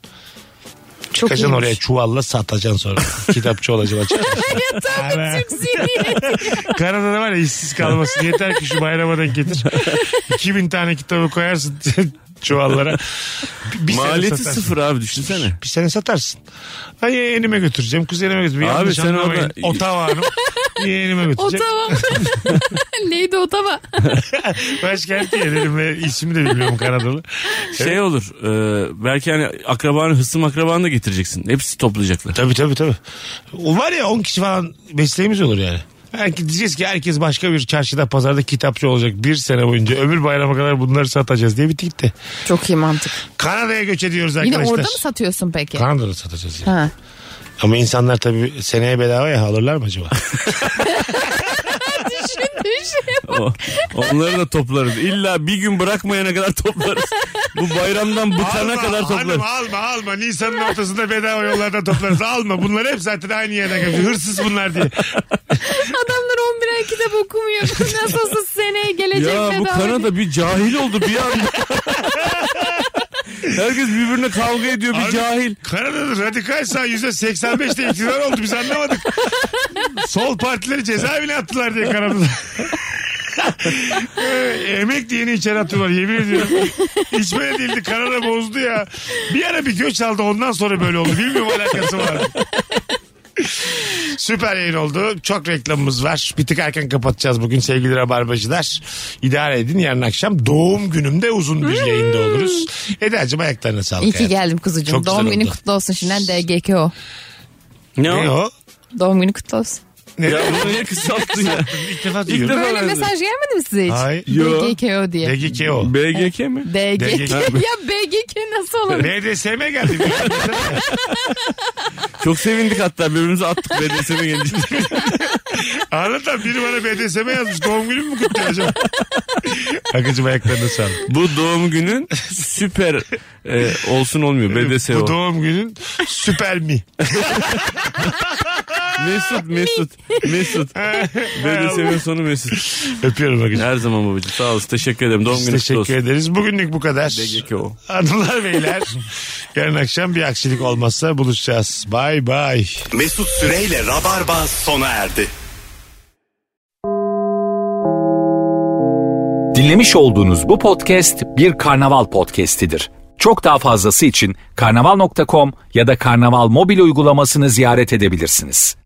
Speaker 2: Çok
Speaker 1: Kaçan
Speaker 2: iyiymiş.
Speaker 1: oraya çuvalla satacaksın sonra. Kitapçı olacağım açar.
Speaker 2: Tabii Türk zihniyeti.
Speaker 1: Kanada'da var ya işsiz kalmasın. Yeter ki şu bayrama denk getir. 2000 tane kitabı koyarsın çuvallara. Bir- Bir
Speaker 3: Maliyeti
Speaker 1: sene satarsın.
Speaker 3: sıfır abi düşünsene.
Speaker 1: Bir sene satarsın. Ay yeğenime götüreceğim. Kuzenime götüreceğim.
Speaker 3: Abi
Speaker 1: Yanlış
Speaker 3: sen orada-
Speaker 1: anlamayın. Ottawa Hanım. yeğenime götüreceğim.
Speaker 2: Otava. Neydi otava?
Speaker 1: Başkenti yeğenim ve ismi de bilmiyorum Kanadalı.
Speaker 3: Şey olur e, belki hani akrabanı hısım akrabanı da getireceksin. Hepsi toplayacaklar.
Speaker 1: Tabii tabii tabii. O var ya 10 kişi falan mesleğimiz olur yani. Herkes, diyeceğiz ki herkes başka bir çarşıda pazarda kitapçı olacak bir sene boyunca ömür bayrama kadar bunları satacağız diye bitti gitti.
Speaker 2: Çok iyi mantık.
Speaker 1: Kanada'ya göç ediyoruz
Speaker 2: Yine
Speaker 1: arkadaşlar.
Speaker 2: orada mı satıyorsun peki?
Speaker 1: Kanada'da satacağız yani.
Speaker 2: Ha.
Speaker 1: Ama insanlar tabii seneye bedava ya alırlar mı acaba?
Speaker 2: Düşün düşün.
Speaker 3: O- onları da toplarız. İlla bir gün bırakmayana kadar toplarız. Bu bayramdan bıkana
Speaker 1: alma,
Speaker 3: kadar toplarız.
Speaker 1: Hanım alma alma Nisan'ın ortasında bedava yollardan toplarız alma bunlar hep zaten aynı yerden kaçıyor hırsız bunlar diye.
Speaker 2: Adamlar 11 ay kitap okumuyor. Nasıl olsa seneye gelecek
Speaker 3: Ya bu
Speaker 2: bedava.
Speaker 3: Kanada bir cahil oldu bir anda. Herkes birbirine kavga ediyor bir
Speaker 1: Abi-
Speaker 3: cahil.
Speaker 1: Kanada'da radikal sağ %85'te iktidar oldu biz anlamadık. Sol partileri cezaevine attılar diye Kanada'da. Ee, Emek diyeni içeri attılar yemin ediyorum. İçmeye değildi Kanada bozdu ya. Bir ara bir göç aldı ondan sonra böyle oldu. Bilmiyorum alakası var. mı? Süper yayın oldu. Çok reklamımız var. Bir tık erken kapatacağız bugün sevgili Rabarbacılar. İdare edin yarın akşam doğum günümde uzun bir yayında oluruz. Eda'cığım ayaklarına sağlık.
Speaker 2: İyi ki
Speaker 1: hayatım.
Speaker 2: geldim kuzucuğum.
Speaker 1: Çok
Speaker 2: Doğum
Speaker 1: güzel
Speaker 2: günün
Speaker 1: oldu.
Speaker 2: kutlu olsun şimdiden DGKO.
Speaker 3: Ne
Speaker 1: Ne
Speaker 3: o?
Speaker 1: o?
Speaker 2: Doğum günü kutlu olsun.
Speaker 1: Ne?
Speaker 3: Ya bunu niye kısalttın ya?
Speaker 1: İlk defa
Speaker 3: İlk
Speaker 1: duyuyorum.
Speaker 3: defa
Speaker 2: Böyle
Speaker 3: ben de-
Speaker 2: mesaj gelmedi mi size hiç?
Speaker 1: Hayır.
Speaker 3: Yo.
Speaker 2: DGKO diye.
Speaker 1: DGKO.
Speaker 3: BGK mi?
Speaker 2: DGK.
Speaker 1: DGK.
Speaker 2: ya BGK nasıl olur?
Speaker 1: BDSM geldi.
Speaker 3: Çok sevindik hatta birbirimize attık BDSM'e gelince.
Speaker 1: Anlatan biri bana BDSM yazmış. Doğum günümü mü kutlayacağım? Akıcım ayaklarına sağlık.
Speaker 3: Bu doğum günün süper e, olsun olmuyor BDSM.
Speaker 1: Bu
Speaker 3: o.
Speaker 1: doğum günün süper mi?
Speaker 3: Mesut Mesut Mesut. BDSM'in sonu Mesut.
Speaker 1: Öpüyorum Akıcım.
Speaker 3: Her zaman babacığım sağ olasın. Teşekkür ederim. Doğum günün kutlu
Speaker 1: Teşekkür
Speaker 3: olsun.
Speaker 1: ederiz. Bugünlük bu kadar.
Speaker 3: BGKO.
Speaker 1: Hanımlar beyler. Yarın akşam bir aksilik olmazsa buluşacağız. Bay bay.
Speaker 5: Mesut Süreyle Rabarba sona erdi.
Speaker 7: Dinlemiş olduğunuz bu podcast bir karnaval podcastidir. Çok daha fazlası için karnaval.com ya da karnaval mobil uygulamasını ziyaret edebilirsiniz.